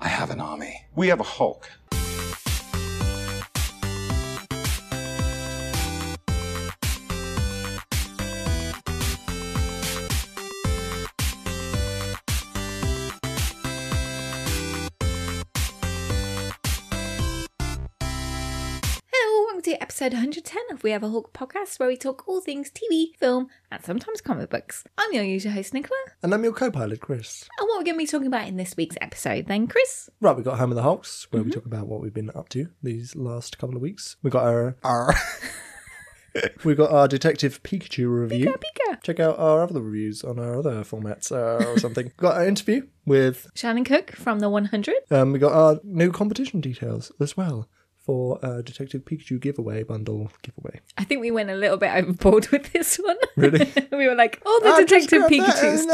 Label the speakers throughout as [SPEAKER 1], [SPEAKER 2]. [SPEAKER 1] have an army. We have a Hulk.
[SPEAKER 2] Hello, welcome to episode 110 of We Have a Hulk podcast, where we talk all things TV, film, and sometimes comic books. I'm your usual host, Nicola.
[SPEAKER 3] And I'm your co pilot, Chris.
[SPEAKER 2] And what we're going to be talking about in this week's episode, then, Chris?
[SPEAKER 3] Right, we got Home of the Hulks, where we
[SPEAKER 2] Mm-hmm.
[SPEAKER 3] talk about what we've been up to these last couple of weeks. We got our. our we got our Detective Pikachu review.
[SPEAKER 2] Pika.
[SPEAKER 3] Check out our other reviews on our other formats uh, or something. got our interview with.
[SPEAKER 2] Shannon Cook from The 100.
[SPEAKER 3] Um, we got our new competition details as well for uh, Detective Pikachu giveaway bundle giveaway.
[SPEAKER 2] I think we went a little bit overboard with this one.
[SPEAKER 3] Really?
[SPEAKER 2] we were like, oh, the
[SPEAKER 3] I just
[SPEAKER 2] Detective
[SPEAKER 3] got Ah, that
[SPEAKER 2] Pikachu
[SPEAKER 3] in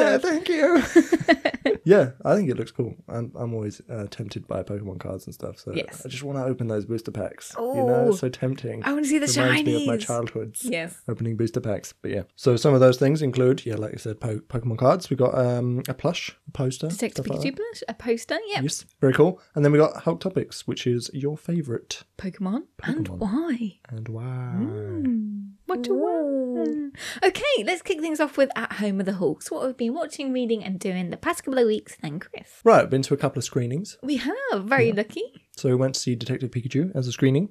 [SPEAKER 3] there,
[SPEAKER 2] stuff.
[SPEAKER 3] thank you. yeah, I think it looks cool. I'm, I'm always uh, tempted by Pokemon cards and stuff, so
[SPEAKER 2] Yes.
[SPEAKER 3] I just want to open those booster packs. You know,
[SPEAKER 2] Ooh.
[SPEAKER 3] it's so tempting.
[SPEAKER 2] I wanna see the
[SPEAKER 3] Reminds me of my
[SPEAKER 2] shinies.
[SPEAKER 3] childhood's
[SPEAKER 2] Yes.
[SPEAKER 3] opening booster packs. But yeah, so some of those things include, yeah, like I said, po- Pokemon cards. We got um, a plush, a poster,
[SPEAKER 2] Detective
[SPEAKER 3] stuff like
[SPEAKER 2] Pikachu plush, a poster, yeah,
[SPEAKER 3] that. Yes, very cool. And then we got Hulk topics, which is your favorite
[SPEAKER 2] Pokemon, and
[SPEAKER 3] Pokemon.
[SPEAKER 2] why?
[SPEAKER 3] and why.
[SPEAKER 2] Mm. What to want? Okay, let's kick things off with At Home with the Hawks. What we've been watching, reading, and doing the past couple of weeks, then, Chris.
[SPEAKER 3] Right, been to a couple of screenings.
[SPEAKER 2] We have, very lucky.
[SPEAKER 3] So we went to see Detective Pikachu as a screening,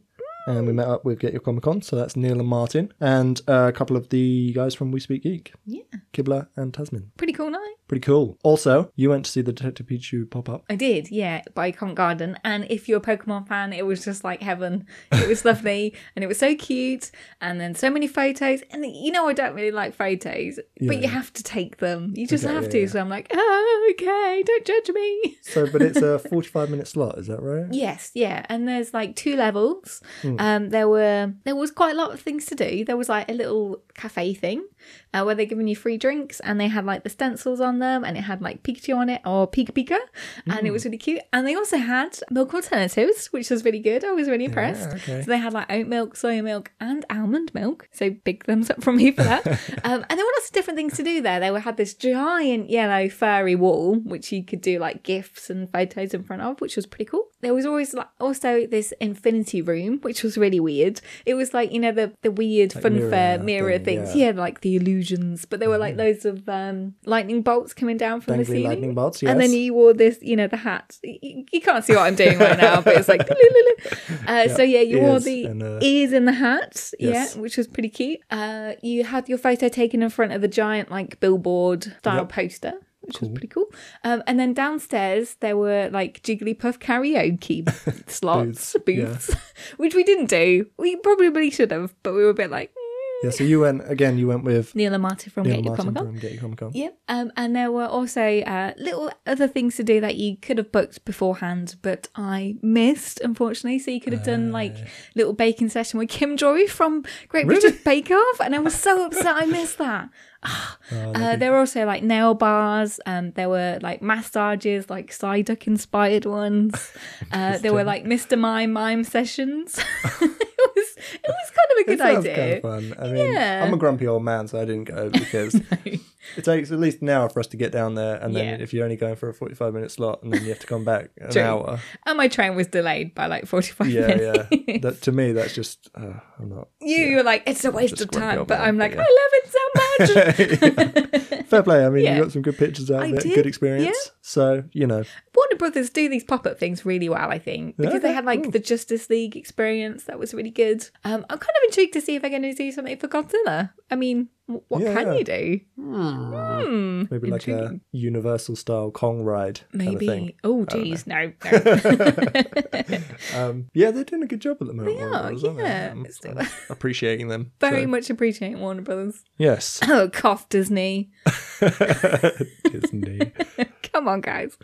[SPEAKER 3] and we met up with Get Your Comic Con. So that's Neil and Martin, and uh, a couple of the guys from We Speak Geek,
[SPEAKER 2] Yeah,
[SPEAKER 3] Kibler and Tasman.
[SPEAKER 2] pretty cool night.
[SPEAKER 3] Pretty cool. Also, you went to see the Detective Pikachu pop up.
[SPEAKER 2] I did, yeah, by Covent Garden. And if you're a Pokemon fan, it was just like heaven. It was lovely and it was so cute. And then so many photos. And you know, I don't really like photos, but you
[SPEAKER 3] Yeah.
[SPEAKER 2] have to take them. You just
[SPEAKER 3] Okay,
[SPEAKER 2] have
[SPEAKER 3] yeah,
[SPEAKER 2] to.
[SPEAKER 3] yeah.
[SPEAKER 2] So I'm like, oh, okay, don't judge me.
[SPEAKER 3] So, but it's a 45 minute slot, is that right?
[SPEAKER 2] Yes, yeah, and there's like two levels. Um, there were there was quite a lot of things to do. There was like a little cafe thing uh, where they're giving you free drinks, and they had like the stencils on them, and it had like Pikachu on it or Pika Pika, and it was really cute. And they also had milk alternatives, which was really good. I was really impressed.
[SPEAKER 3] okay.
[SPEAKER 2] So they had like oat milk, soy milk, and almond milk. So big thumbs up from me for that. um, and there were lots of different things to do there. They were, had this giant yellow furry wall, which you could do like gifts and photos in front of, which was pretty cool. There was always like also this infinity room, which was really weird. It was like you know the the weird
[SPEAKER 3] Like
[SPEAKER 2] funfair
[SPEAKER 3] mirror
[SPEAKER 2] mirror,
[SPEAKER 3] thing,
[SPEAKER 2] things.
[SPEAKER 3] yeah. Mm-hmm.
[SPEAKER 2] Yeah. like the illusions, but there were like loads of um, lightning bolts coming down from the
[SPEAKER 3] Dangly
[SPEAKER 2] ceiling.
[SPEAKER 3] lightning bolts,
[SPEAKER 2] And then
[SPEAKER 3] yes.
[SPEAKER 2] you wore this, you know, the hat. Y- y- You can't see what I'm doing right now, but it's like. Uh, so yeah, you wore
[SPEAKER 3] ears
[SPEAKER 2] the
[SPEAKER 3] and, uh,
[SPEAKER 2] ears in the hat,
[SPEAKER 3] Yes.
[SPEAKER 2] yeah, which was pretty cute. Uh, you had your photo taken in front of the giant like billboard style
[SPEAKER 3] Yep.
[SPEAKER 2] poster. Which was pretty cool. Um, and then downstairs there were like Jigglypuff karaoke slots,
[SPEAKER 3] Booths, yeah.
[SPEAKER 2] booths, which we didn't do. We probably should have, but we were a bit like "Mm,
[SPEAKER 3] Yeah, so you went, again, you went with
[SPEAKER 2] Neil and Martin from
[SPEAKER 3] Neil
[SPEAKER 2] Get
[SPEAKER 3] and
[SPEAKER 2] Your
[SPEAKER 3] Martin
[SPEAKER 2] Comic Con.
[SPEAKER 3] from Get Your Comic Con.
[SPEAKER 2] Yep. Um, and there were also uh, little other things to do that you could have booked beforehand, but I missed, unfortunately. So you could have done like
[SPEAKER 3] Uh.
[SPEAKER 2] little baking session with Kim Joy from Great British Bake Off, and I was so upset I missed that.
[SPEAKER 3] Oh,
[SPEAKER 2] Uh, there were also like nail bars. Um, there were like massages, like Psyduck inspired ones. Uh, there were like Mr. Mime mime sessions. it was it was kind of a
[SPEAKER 3] It
[SPEAKER 2] good
[SPEAKER 3] sounds
[SPEAKER 2] idea.
[SPEAKER 3] kind of fun. I mean,
[SPEAKER 2] Yeah.
[SPEAKER 3] I'm a grumpy old man, so I didn't go because it takes at least an hour for us to get down there, and then
[SPEAKER 2] Yeah.
[SPEAKER 3] if you're only going for a 45 minute slot, and then you have to come back an
[SPEAKER 2] True.
[SPEAKER 3] hour.
[SPEAKER 2] And my train was delayed by like forty five minutes.
[SPEAKER 3] yeah, yeah. That to me, that's just uh, I'm not.
[SPEAKER 2] you you're like it's a waste
[SPEAKER 3] just
[SPEAKER 2] of
[SPEAKER 3] grumpy
[SPEAKER 2] time
[SPEAKER 3] old
[SPEAKER 2] but
[SPEAKER 3] man,
[SPEAKER 2] i'm
[SPEAKER 3] but
[SPEAKER 2] like
[SPEAKER 3] yeah.
[SPEAKER 2] i love it so much
[SPEAKER 3] Fair play. I mean,
[SPEAKER 2] Yeah.
[SPEAKER 3] you got some good pictures out
[SPEAKER 2] I
[SPEAKER 3] of it,
[SPEAKER 2] did,
[SPEAKER 3] good experience.
[SPEAKER 2] yeah.
[SPEAKER 3] So you know,
[SPEAKER 2] warner brothers do these pop-up things really well i think because they
[SPEAKER 3] Okay,
[SPEAKER 2] had like the justice league experience that was really good um i'm kind of intrigued to see if they're going to do something for godzilla i mean w- what
[SPEAKER 3] Yeah.
[SPEAKER 2] can you do Hmm,
[SPEAKER 3] maybe like
[SPEAKER 2] intriguing.
[SPEAKER 3] a Universal style Kong ride kind of
[SPEAKER 2] maybe
[SPEAKER 3] thing.
[SPEAKER 2] oh geez no, no.
[SPEAKER 3] Um, yeah, they're doing a good job at the moment.
[SPEAKER 2] They
[SPEAKER 3] Warner
[SPEAKER 2] are,
[SPEAKER 3] Brothers, aren't they?
[SPEAKER 2] yeah.
[SPEAKER 3] I'm-
[SPEAKER 2] It's-
[SPEAKER 3] I'm appreciating them
[SPEAKER 2] very
[SPEAKER 3] So,
[SPEAKER 2] much appreciate warner brothers
[SPEAKER 3] Yes,
[SPEAKER 2] oh cough disney
[SPEAKER 3] Disney.
[SPEAKER 2] come on guys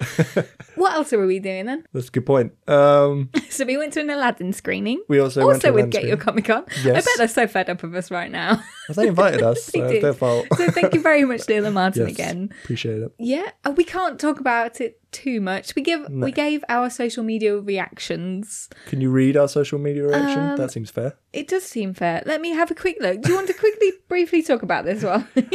[SPEAKER 2] what else were we doing then
[SPEAKER 3] That's a good point. Um,
[SPEAKER 2] so we went to an aladdin screening
[SPEAKER 3] we also went to
[SPEAKER 2] also
[SPEAKER 3] a
[SPEAKER 2] with
[SPEAKER 3] land
[SPEAKER 2] Get Your
[SPEAKER 3] screening.
[SPEAKER 2] Comic Con. I
[SPEAKER 3] Yes.
[SPEAKER 2] bet they're so fed up of us right now.
[SPEAKER 3] They invited us,
[SPEAKER 2] They
[SPEAKER 3] so it's
[SPEAKER 2] did.
[SPEAKER 3] their fault.
[SPEAKER 2] so thank you very much, Neil and Martin,
[SPEAKER 3] Yes,
[SPEAKER 2] again.
[SPEAKER 3] Appreciate it.
[SPEAKER 2] Yeah, uh, we can't talk about it too much. We give
[SPEAKER 3] No.
[SPEAKER 2] we gave our social media reactions.
[SPEAKER 3] Can you read our social media reaction?
[SPEAKER 2] Um,
[SPEAKER 3] that seems fair.
[SPEAKER 2] It does seem fair. Let me have a quick look. Do you want to quickly, briefly talk about this one? Fine,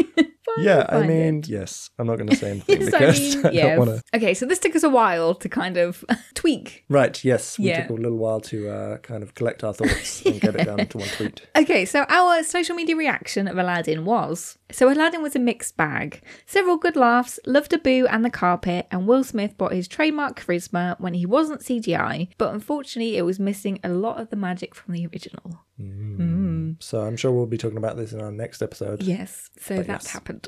[SPEAKER 3] yeah, I
[SPEAKER 2] find it.
[SPEAKER 3] mean, yes. I'm not going to say anything
[SPEAKER 2] Yes, I
[SPEAKER 3] because I,
[SPEAKER 2] mean,
[SPEAKER 3] don't
[SPEAKER 2] yes.
[SPEAKER 3] want to.
[SPEAKER 2] Okay, so this took us a while to kind of tweak.
[SPEAKER 3] Right. Yes, we
[SPEAKER 2] Yeah.
[SPEAKER 3] took a little while to uh, kind of collect our thoughts and get it down to one tweet.
[SPEAKER 2] Okay, so our social media reaction of Aladdin was so Aladdin was a mixed bag. Several good laughs, loved a boo and the carpet, and Will Smith brought his trademark charisma when he wasn't CGI, but unfortunately it was missing a lot of the magic from the original. Hmm.
[SPEAKER 3] So I'm sure we'll be talking about this in our next episode.
[SPEAKER 2] Yes, so
[SPEAKER 3] But
[SPEAKER 2] that's
[SPEAKER 3] yes.
[SPEAKER 2] happened.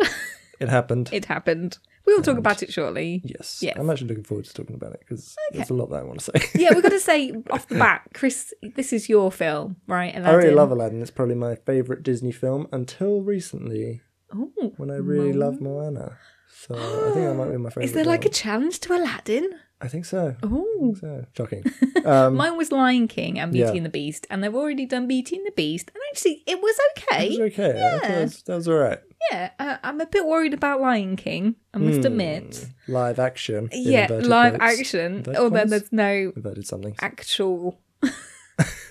[SPEAKER 3] It happened.
[SPEAKER 2] it happened. We'll talk about it shortly.
[SPEAKER 3] yes.
[SPEAKER 2] Yes.
[SPEAKER 3] I'm actually looking forward to talking about it because there's a lot that I want to say.
[SPEAKER 2] yeah, we're gonna say off the bat, Chris, this is your film, right? Aladdin.
[SPEAKER 3] I really love Aladdin. It's probably my favorite Disney film until recently
[SPEAKER 2] Ooh.
[SPEAKER 3] when I really love Moana. So I think that might be my favorite.
[SPEAKER 2] Is there like a challenge to Aladdin?
[SPEAKER 3] I think so.
[SPEAKER 2] Oh,
[SPEAKER 3] So shocking. Um,
[SPEAKER 2] mine was Lion King and Beauty
[SPEAKER 3] Yeah.
[SPEAKER 2] and the Beast, and they've already done Beauty and the Beast, and actually it was
[SPEAKER 3] it was
[SPEAKER 2] okay.
[SPEAKER 3] okay. I thought it was- that was all right.
[SPEAKER 2] Yeah, uh, I'm a bit worried about Lion King. I must admit.
[SPEAKER 3] Live action. Hmm. in
[SPEAKER 2] Yeah,
[SPEAKER 3] inverted
[SPEAKER 2] live
[SPEAKER 3] quotes.
[SPEAKER 2] action.
[SPEAKER 3] Inverted
[SPEAKER 2] Although
[SPEAKER 3] quotes?
[SPEAKER 2] there's no
[SPEAKER 3] Inverted something.
[SPEAKER 2] actual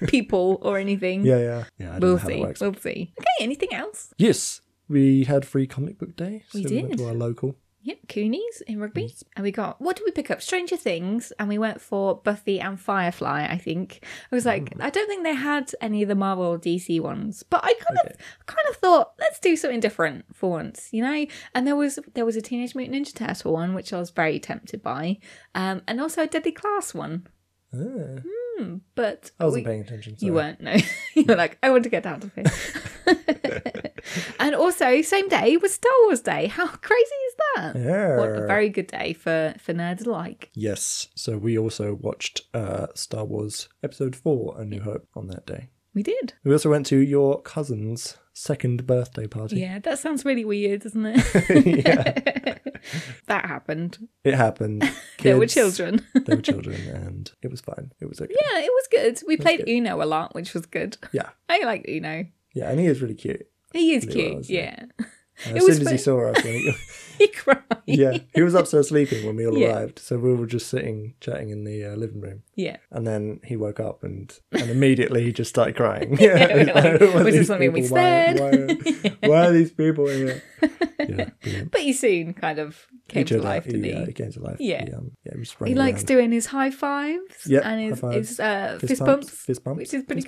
[SPEAKER 2] people or anything.
[SPEAKER 3] Yeah, yeah. Yeah, I don't know
[SPEAKER 2] We'll
[SPEAKER 3] how that
[SPEAKER 2] see.
[SPEAKER 3] works.
[SPEAKER 2] We'll see. Okay, anything else?
[SPEAKER 3] Yes, we had free comic book day. So
[SPEAKER 2] We
[SPEAKER 3] we, went
[SPEAKER 2] did.
[SPEAKER 3] to our local.
[SPEAKER 2] Yep, Coonies in rugby. And we got, what did we pick up? Stranger Things. And we went for Buffy and Firefly, I think. I was like,
[SPEAKER 3] Mm.
[SPEAKER 2] I don't think they had any of the Marvel or DC ones, but I kind of kind of thought, let's do something different for once, you know? And there was there was a Teenage Mutant Ninja Turtle one, which I was very tempted by. Um, and also a Deadly Class one.
[SPEAKER 3] Ah,
[SPEAKER 2] Hmm, but
[SPEAKER 3] I wasn't
[SPEAKER 2] we-
[SPEAKER 3] paying attention. Sorry.
[SPEAKER 2] you weren't, no. you were like, I want to get out of here. and also, same day was Star Wars Day. How crazy is that?
[SPEAKER 3] Yeah.
[SPEAKER 2] What a very good day for for nerds alike.
[SPEAKER 3] Yes. So we also watched uh, Star Wars Episode 4 A New Hope on that day.
[SPEAKER 2] We did.
[SPEAKER 3] We also went to your cousin's second birthday party.
[SPEAKER 2] Yeah, that sounds really weird, doesn't it?
[SPEAKER 3] Yeah.
[SPEAKER 2] that happened.
[SPEAKER 3] It happened.
[SPEAKER 2] There were
[SPEAKER 3] Kids,
[SPEAKER 2] children.
[SPEAKER 3] There were children, and it was fine. It was okay.
[SPEAKER 2] yeah, it was good. We played
[SPEAKER 3] good.
[SPEAKER 2] Uno a lot, which was good.
[SPEAKER 3] Yeah.
[SPEAKER 2] I like Uno.
[SPEAKER 3] Yeah, and he was really cute.
[SPEAKER 2] He is
[SPEAKER 3] Really
[SPEAKER 2] cute.
[SPEAKER 3] well, isn't he?
[SPEAKER 2] yeah.
[SPEAKER 3] And
[SPEAKER 2] It
[SPEAKER 3] as
[SPEAKER 2] was
[SPEAKER 3] soon as he
[SPEAKER 2] fun.
[SPEAKER 3] saw us, he,
[SPEAKER 2] He cried.
[SPEAKER 3] yeah, he was upstairs sleeping when we all
[SPEAKER 2] Yeah.
[SPEAKER 3] arrived. So we were just sitting chatting in the uh, living room,
[SPEAKER 2] Yeah.
[SPEAKER 3] and then he woke up and and immediately he just started crying.
[SPEAKER 2] Yeah, we're like,
[SPEAKER 3] Who are
[SPEAKER 2] was this
[SPEAKER 3] these
[SPEAKER 2] something we
[SPEAKER 3] people? Why-
[SPEAKER 2] said?
[SPEAKER 3] Why, are- why are these people here? Yeah, brilliant.
[SPEAKER 2] But he soon kind of came
[SPEAKER 3] He
[SPEAKER 2] to
[SPEAKER 3] chilled out.
[SPEAKER 2] life, didn't
[SPEAKER 3] he,
[SPEAKER 2] he?
[SPEAKER 3] uh, he came to life.
[SPEAKER 2] Yeah.
[SPEAKER 3] He, um, yeah, he, sprang
[SPEAKER 2] He likes
[SPEAKER 3] around.
[SPEAKER 2] doing his high fives
[SPEAKER 3] Yep,
[SPEAKER 2] and his,
[SPEAKER 3] high fives.
[SPEAKER 2] his uh, fist,
[SPEAKER 3] pumps,
[SPEAKER 2] bumps,
[SPEAKER 3] Fist bumps.
[SPEAKER 2] which is pretty
[SPEAKER 3] fist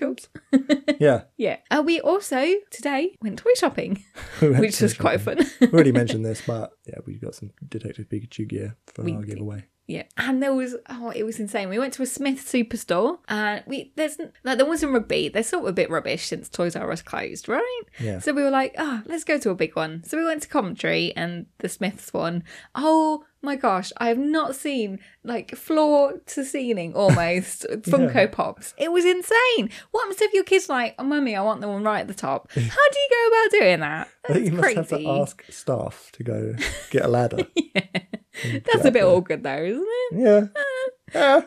[SPEAKER 2] cool.
[SPEAKER 3] bumps. Yeah.
[SPEAKER 2] yeah. Uh, we also today went toy shopping,
[SPEAKER 3] We went
[SPEAKER 2] which
[SPEAKER 3] to
[SPEAKER 2] was quite
[SPEAKER 3] shopping.
[SPEAKER 2] fun.
[SPEAKER 3] We already mentioned this, but yeah, we got some Detective Pikachu gear for
[SPEAKER 2] We
[SPEAKER 3] our
[SPEAKER 2] did.
[SPEAKER 3] giveaway.
[SPEAKER 2] Yeah, and there was oh, it was insane. We went to a Smith superstore, and we there's like the ones in Rugby. They're sort of a bit rubbish since Toys R Us closed, right?
[SPEAKER 3] Yeah.
[SPEAKER 2] So we were like, oh, let's go to a big one. So we went to Coventry and the Smiths one. Oh my gosh, I have not seen like floor to ceiling almost Funko Pops. It was insane. What happens if your kid's like, oh, mummy, I want the one right at the top? How do you go about doing that?
[SPEAKER 3] I think
[SPEAKER 2] That's
[SPEAKER 3] you must
[SPEAKER 2] crazy.
[SPEAKER 3] have to ask staff to go get a ladder.
[SPEAKER 2] That's a bit awkward though, isn't it?
[SPEAKER 3] yeah. yeah.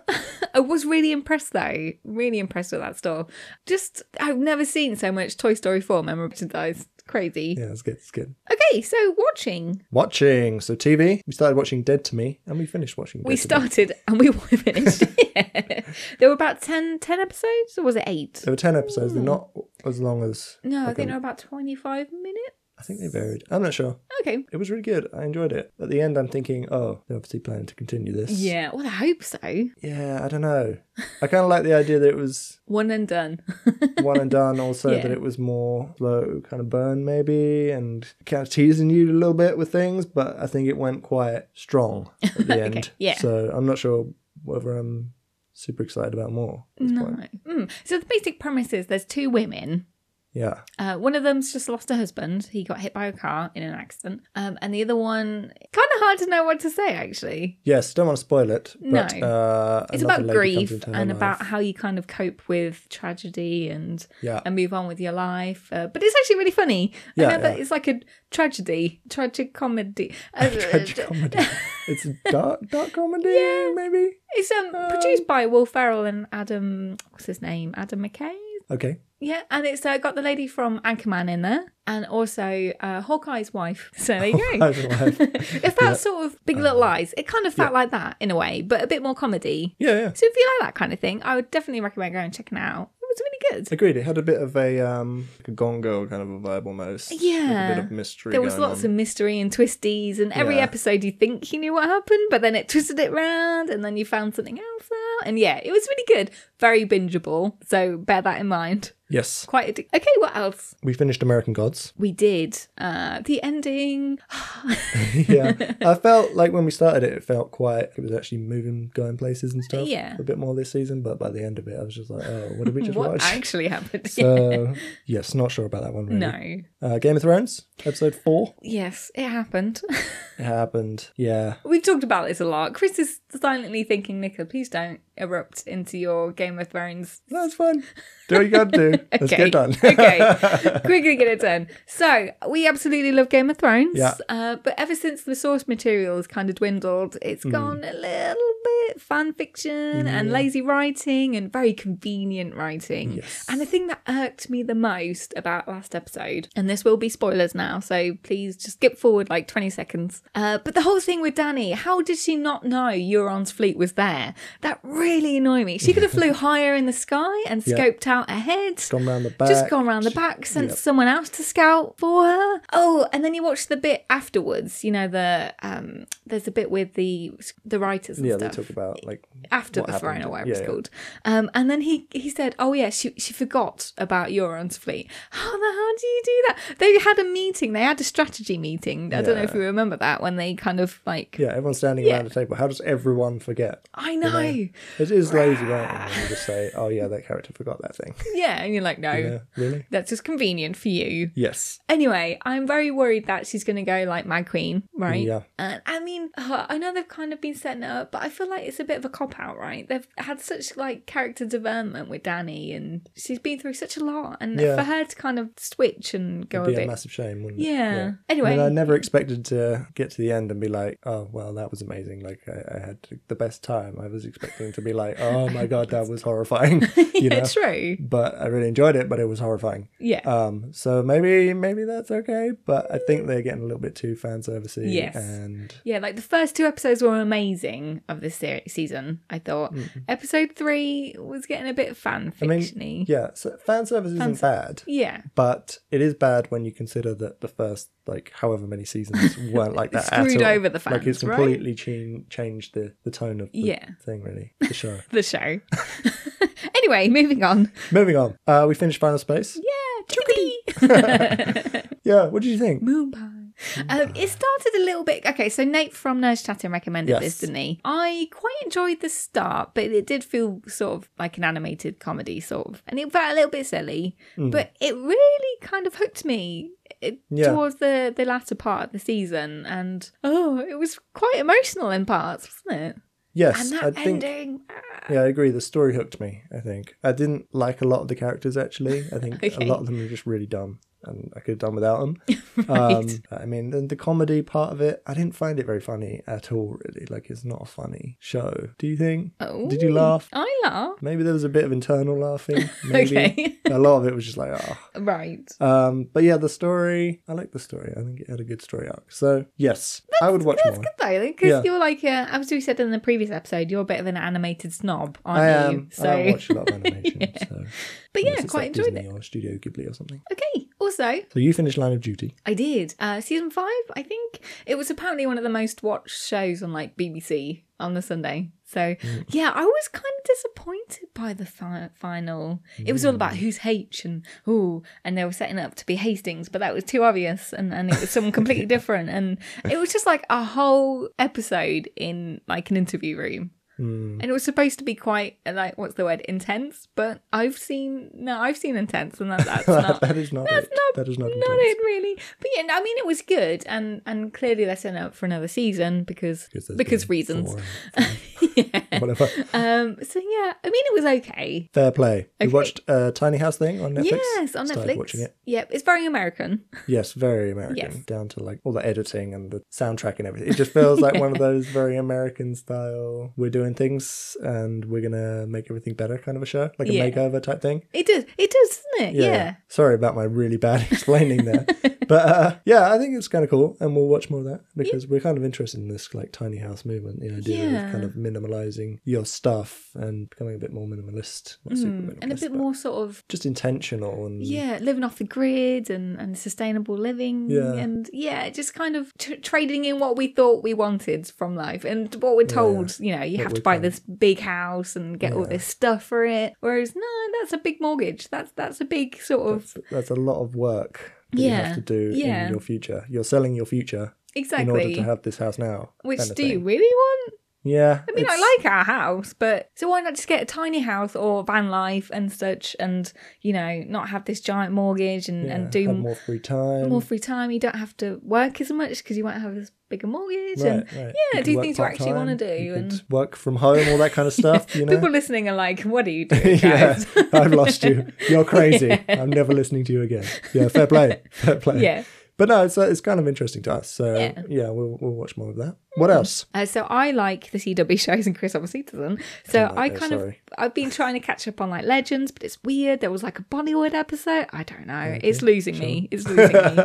[SPEAKER 2] I was really impressed though, really impressed with that store. Just, I've never seen so much Toy Story 4 merchandise. Crazy.
[SPEAKER 3] Yeah, it's good. It's good.
[SPEAKER 2] Okay, so watching.
[SPEAKER 3] Watching. So TV. We started watching Dead to Me, and we finished watching. Dead
[SPEAKER 2] We
[SPEAKER 3] to Me.
[SPEAKER 2] started and we finished. yeah. There were about 10, 10 episodes, or was it eight?
[SPEAKER 3] There were ten episodes.
[SPEAKER 2] Hmm.
[SPEAKER 3] They're not as long as.
[SPEAKER 2] No, Uh, I
[SPEAKER 3] like,
[SPEAKER 2] think
[SPEAKER 3] um,
[SPEAKER 2] there were about 25 minutes.
[SPEAKER 3] I think they varied. I'm not sure.
[SPEAKER 2] Okay.
[SPEAKER 3] It was really good. I enjoyed it. At the end, I'm thinking, oh, they're obviously planning to continue this.
[SPEAKER 2] Yeah, well, I hope so.
[SPEAKER 3] Yeah, I don't know. I kind of like the idea that it was
[SPEAKER 2] One and done.
[SPEAKER 3] one and done. Also,
[SPEAKER 2] Yeah.
[SPEAKER 3] that it was more slow kind of burn, maybe, and kind of teasing you a little bit with things. But I think it went quite strong at the end.
[SPEAKER 2] yeah.
[SPEAKER 3] So I'm not sure whether I'm super excited about more. at this
[SPEAKER 2] no.
[SPEAKER 3] point.
[SPEAKER 2] Mm. So the basic premise is there's two women
[SPEAKER 3] Yeah.
[SPEAKER 2] Uh, one of them's just lost her husband. He got hit by a car in an accident. Um, and the other one, kind of hard to know what to say, actually.
[SPEAKER 3] Yes. Don't want to spoil it.
[SPEAKER 2] No.
[SPEAKER 3] But, uh,
[SPEAKER 2] It's
[SPEAKER 3] another
[SPEAKER 2] about
[SPEAKER 3] lady comes
[SPEAKER 2] grief
[SPEAKER 3] into her
[SPEAKER 2] and
[SPEAKER 3] life.
[SPEAKER 2] about how you kind of cope with tragedy and
[SPEAKER 3] yeah.
[SPEAKER 2] and move on with your life. Uh, but it's actually really funny. I
[SPEAKER 3] Yeah,
[SPEAKER 2] know that
[SPEAKER 3] yeah.
[SPEAKER 2] it's like a tragedy, tragic comedy. Uh,
[SPEAKER 3] Tragicomedy. it's a dark, dark comedy, maybe.
[SPEAKER 2] it's um,
[SPEAKER 3] Uh.
[SPEAKER 2] produced by Will Ferrell and Adam, what's his name? Adam McKay?
[SPEAKER 3] Okay.
[SPEAKER 2] Yeah, and it's uh, got the lady from Anchorman in there, and also uh, Hawkeye's wife. So there you go.
[SPEAKER 3] Hawkeye's wife. Uh,
[SPEAKER 2] it felt sort of Big Little Lies. It kind of felt like that in a way, but a bit more comedy.
[SPEAKER 3] Yeah. Yeah.
[SPEAKER 2] So if you like that kind of thing, I would definitely recommend going and checking it out. It was really good.
[SPEAKER 3] Agreed. It had a bit of a um, like a Gongo kind of a vibe almost. Like a
[SPEAKER 2] Yeah.
[SPEAKER 3] bit of mystery.
[SPEAKER 2] There was
[SPEAKER 3] going
[SPEAKER 2] lots
[SPEAKER 3] on.
[SPEAKER 2] of mystery and twisties, and every
[SPEAKER 3] Yeah.
[SPEAKER 2] episode you think you knew what happened, but then it twisted it round, and then you found something else out. And yeah, it was really good. Very bingeable. So bear that in mind.
[SPEAKER 3] Yes,
[SPEAKER 2] Quite addic- Okay, what else?
[SPEAKER 3] we finished American Gods.
[SPEAKER 2] We did. Uh, the ending.
[SPEAKER 3] yeah, I felt like when we started it, it felt quite. It was actually moving, going places and stuff.
[SPEAKER 2] Yeah.
[SPEAKER 3] a bit more this season, but by the end of it, I was just like, oh, what did we just
[SPEAKER 2] what
[SPEAKER 3] watch?
[SPEAKER 2] actually happened?
[SPEAKER 3] So yes, not sure about that one. Really.
[SPEAKER 2] no.
[SPEAKER 3] Uh, Game of Thrones episode four.
[SPEAKER 2] Yes, it happened.
[SPEAKER 3] It happened. Yeah.
[SPEAKER 2] We've talked about this a lot. Chris is silently thinking, Nicola, please don't erupt into your Game of Thrones.
[SPEAKER 3] That's fun. Do what you gotta do. Let's
[SPEAKER 2] Okay.
[SPEAKER 3] get done.
[SPEAKER 2] okay, quickly get it done. So we absolutely love Game of Thrones,
[SPEAKER 3] Yeah.
[SPEAKER 2] uh, but ever since the source material has kind of dwindled, it's
[SPEAKER 3] Hmm.
[SPEAKER 2] gone a little bit fan fiction and lazy writing and very convenient writing.
[SPEAKER 3] Yes.
[SPEAKER 2] And the thing that irked me the most about last episode, and this will be spoilers now, so please just skip forward like twenty seconds. Uh, but the whole thing with Danny, how did she not know Euron's fleet was there? That really annoyed me. She could have flew higher in the sky and
[SPEAKER 3] Yeah.
[SPEAKER 2] scoped out ahead.
[SPEAKER 3] Gone round the back.
[SPEAKER 2] Just gone round the back, sent someone else to scout for her. Oh, and then you watch the bit afterwards. You know the um, there's a bit with the the writers and
[SPEAKER 3] Yeah,
[SPEAKER 2] stuff Ah.
[SPEAKER 3] they talk about like
[SPEAKER 2] after
[SPEAKER 3] what
[SPEAKER 2] the throne
[SPEAKER 3] happened.
[SPEAKER 2] or whatever it's
[SPEAKER 3] Yeah, yeah.
[SPEAKER 2] called. Um, and then he he said, "Oh yeah, she she forgot about Euron's fleet. How the hell do you do that? They had a meeting. They had a strategy meeting. I don't know if you remember that when they kind of like
[SPEAKER 3] yeah, everyone's standing around the table. How does everyone forget?
[SPEAKER 2] I know.
[SPEAKER 3] It is lazy writing when you just say, "Oh yeah, that character forgot that thing."
[SPEAKER 2] Yeah, and you're like, no,
[SPEAKER 3] yeah, really?
[SPEAKER 2] that's just convenient for you.
[SPEAKER 3] Yes.
[SPEAKER 2] Anyway, I'm very worried that she's going to go like Mad Queen, right?
[SPEAKER 3] Yeah.
[SPEAKER 2] And I mean, uh, I know they've kind of been setting it up, but I feel like it's a bit of a cop out, right? They've had such like character development with Danny, and she's been through such a lot, and
[SPEAKER 3] Yeah.
[SPEAKER 2] for her to kind of switch and go
[SPEAKER 3] Be
[SPEAKER 2] a
[SPEAKER 3] a
[SPEAKER 2] bit,
[SPEAKER 3] massive shame, wouldn't it?
[SPEAKER 2] yeah.
[SPEAKER 3] I
[SPEAKER 2] Anyway,
[SPEAKER 3] mean, I never expected to get to the end and be like, "Oh, well, that was amazing! Like, I, I had the best time." I was expecting to be like, "Oh my god, that was horrifying," you
[SPEAKER 2] yeah,
[SPEAKER 3] know.
[SPEAKER 2] true.
[SPEAKER 3] But I really enjoyed it, but it was horrifying.
[SPEAKER 2] Yeah,
[SPEAKER 3] Um, so maybe maybe that's okay, but I think they're getting a little bit too fan servicey.
[SPEAKER 2] Yes.
[SPEAKER 3] and
[SPEAKER 2] yeah. Like the first two episodes were amazing of this ser- season. I thought episode three was getting a bit fan
[SPEAKER 3] I mean,
[SPEAKER 2] fictiony.
[SPEAKER 3] yeah, so fan service isn't bad.
[SPEAKER 2] yeah.
[SPEAKER 3] but it is bad when you consider that the first like however many seasons weren't like that at
[SPEAKER 2] Screwed
[SPEAKER 3] all.
[SPEAKER 2] over the
[SPEAKER 3] like it's
[SPEAKER 2] fans, right?
[SPEAKER 3] completely chan- changed the, the tone of the
[SPEAKER 2] Yeah.
[SPEAKER 3] thing really the show
[SPEAKER 2] The show. anyway, moving on.
[SPEAKER 3] moving on uh we finished final space yeah,
[SPEAKER 2] Yeah,
[SPEAKER 3] what did you think
[SPEAKER 2] Moon pie. Um, it started a little bit. Okay, so Nate from Nurse Chatting recommended
[SPEAKER 3] Yes.
[SPEAKER 2] this, didn't he? I quite enjoyed the start, but it did feel sort of like an animated comedy, sort of. And it felt a little bit silly,
[SPEAKER 3] Hmm.
[SPEAKER 2] but it really kind of hooked me it,
[SPEAKER 3] Yeah.
[SPEAKER 2] towards the, the latter part of the season. And oh, it was quite emotional in parts, wasn't it?
[SPEAKER 3] yes
[SPEAKER 2] And that
[SPEAKER 3] i think
[SPEAKER 2] ending.
[SPEAKER 3] yeah i agree the story hooked me i think i didn't like a lot of the characters actually i think
[SPEAKER 2] Okay.
[SPEAKER 3] a lot of them were just really dumb and i could have done without them um
[SPEAKER 2] Right.
[SPEAKER 3] i mean and the comedy part of it i didn't find it very funny at all really like it's not a funny show do you think
[SPEAKER 2] oh,
[SPEAKER 3] did you laugh
[SPEAKER 2] I laughed.
[SPEAKER 3] Maybe there was a bit of internal laughing. Maybe.
[SPEAKER 2] Okay.
[SPEAKER 3] a lot of it was just like, oh.
[SPEAKER 2] Right.
[SPEAKER 3] Um, but yeah, the story. I like the story. I think it had a good story arc. So yes, I would watch more.
[SPEAKER 2] Good though, because
[SPEAKER 3] Yeah.
[SPEAKER 2] you're like, uh, as we said in the previous episode, you're a bit of an animated snob, aren't
[SPEAKER 3] I
[SPEAKER 2] you?
[SPEAKER 3] am.
[SPEAKER 2] So,
[SPEAKER 3] I don't watch a lot of animation. so.
[SPEAKER 2] but
[SPEAKER 3] unless
[SPEAKER 2] yeah,
[SPEAKER 3] it's
[SPEAKER 2] quite
[SPEAKER 3] like
[SPEAKER 2] enjoyed
[SPEAKER 3] Disney
[SPEAKER 2] it.
[SPEAKER 3] Or Studio Ghibli or something.
[SPEAKER 2] Okay. Also,
[SPEAKER 3] So you finished Line of Duty.
[SPEAKER 2] I did uh, season five. I think it was apparently one of the most watched shows on like BBC on the Sunday. So
[SPEAKER 3] Mm.
[SPEAKER 2] yeah, I was kind of disappointed by the fi- final. It was all
[SPEAKER 3] Mm.
[SPEAKER 2] about who's H and who, and they were setting up to be Hastings, but that was too obvious, and and it was someone completely different, and it was just like a whole episode in like an interview room.
[SPEAKER 3] Mm.
[SPEAKER 2] and it was supposed to be quite uh, like what's the word intense but i've seen no i've seen intense and that, that's not
[SPEAKER 3] that is not.
[SPEAKER 2] that's
[SPEAKER 3] it.
[SPEAKER 2] not-
[SPEAKER 3] that is not.
[SPEAKER 2] not
[SPEAKER 3] intense.
[SPEAKER 2] it really but yeah i mean it was good and and clearly they're setting up for another season because
[SPEAKER 3] Because
[SPEAKER 2] because,
[SPEAKER 3] there's been
[SPEAKER 2] reasons
[SPEAKER 3] four,
[SPEAKER 2] yeah
[SPEAKER 3] Whatever.
[SPEAKER 2] um so yeah i mean it was okay
[SPEAKER 3] Fair play. You
[SPEAKER 2] Okay.
[SPEAKER 3] watched a Tiny House thing on Netflix.
[SPEAKER 2] yes on
[SPEAKER 3] Started
[SPEAKER 2] netflix
[SPEAKER 3] Watching it.
[SPEAKER 2] yep it's very american
[SPEAKER 3] Yes, very American.
[SPEAKER 2] Yes.
[SPEAKER 3] Down to like all the editing and the soundtrack and everything. It just feels like one of those very American style, we're doing things and we're going to make everything better kind of a show, like a
[SPEAKER 2] Yeah.
[SPEAKER 3] makeover type thing.
[SPEAKER 2] it does it does doesn't it yeah,
[SPEAKER 3] Sorry about my really bad explaining there. but uh, yeah, I think it's kind of cool and we'll watch more of that because we're kind of interested in this like tiny house movement, the idea
[SPEAKER 2] Yeah.
[SPEAKER 3] of kind of minimalizing organizing your stuff and becoming a bit more minimalist. Not super minimalist
[SPEAKER 2] Mm, and a bit
[SPEAKER 3] but
[SPEAKER 2] more sort of
[SPEAKER 3] Just intentional and
[SPEAKER 2] yeah living off the grid and, and sustainable living
[SPEAKER 3] Yeah.
[SPEAKER 2] and yeah just kind of tr trading in what we thought we wanted from life and what we're told you know you
[SPEAKER 3] What
[SPEAKER 2] have
[SPEAKER 3] we
[SPEAKER 2] to buy
[SPEAKER 3] can-
[SPEAKER 2] this big house and get all
[SPEAKER 3] Yeah.
[SPEAKER 2] this stuff for it whereas no that's a big mortgage that's that's a big sort of
[SPEAKER 3] that's, that's a lot of work that you
[SPEAKER 2] Yeah,
[SPEAKER 3] have to do
[SPEAKER 2] yeah.
[SPEAKER 3] in your future. You're selling your future in order
[SPEAKER 2] exactly
[SPEAKER 3] to have this house now.
[SPEAKER 2] which
[SPEAKER 3] kind of
[SPEAKER 2] do you
[SPEAKER 3] thing.
[SPEAKER 2] really want
[SPEAKER 3] Yeah.
[SPEAKER 2] I mean,
[SPEAKER 3] it's-
[SPEAKER 2] I like our house, but so why not just get a tiny house or van life and such, and you know, not have this giant mortgage and,
[SPEAKER 3] yeah,
[SPEAKER 2] and
[SPEAKER 3] have
[SPEAKER 2] do
[SPEAKER 3] more free time.
[SPEAKER 2] more free time. You don't have to work as much because you won't have as big a mortgage.
[SPEAKER 3] Right,
[SPEAKER 2] and
[SPEAKER 3] right.
[SPEAKER 2] yeah,
[SPEAKER 3] could
[SPEAKER 2] do
[SPEAKER 3] work
[SPEAKER 2] things you actually
[SPEAKER 3] part-time,
[SPEAKER 2] wanna do
[SPEAKER 3] you
[SPEAKER 2] and-
[SPEAKER 3] could work from home, all that kind of stuff. You know,
[SPEAKER 2] people listening are like, "What are you doing,
[SPEAKER 3] yeah,
[SPEAKER 2] guys?"
[SPEAKER 3] I've lost you. You're crazy. I'm never listening to you again. Yeah, fair play, fair play.
[SPEAKER 2] Yeah.
[SPEAKER 3] but no, it's uh, it's kind of interesting to us. So
[SPEAKER 2] Yeah.
[SPEAKER 3] yeah, we'll we'll watch more of that. What else?
[SPEAKER 2] Uh, so I like the CW shows, and Chris obviously doesn't. So
[SPEAKER 3] like
[SPEAKER 2] I
[SPEAKER 3] those,
[SPEAKER 2] kind
[SPEAKER 3] sorry.
[SPEAKER 2] of I've been trying to catch up on like Legends, but it's weird. There was like a Bollywood episode. I don't know.
[SPEAKER 3] Oh,
[SPEAKER 2] It's losing me. It's losing me.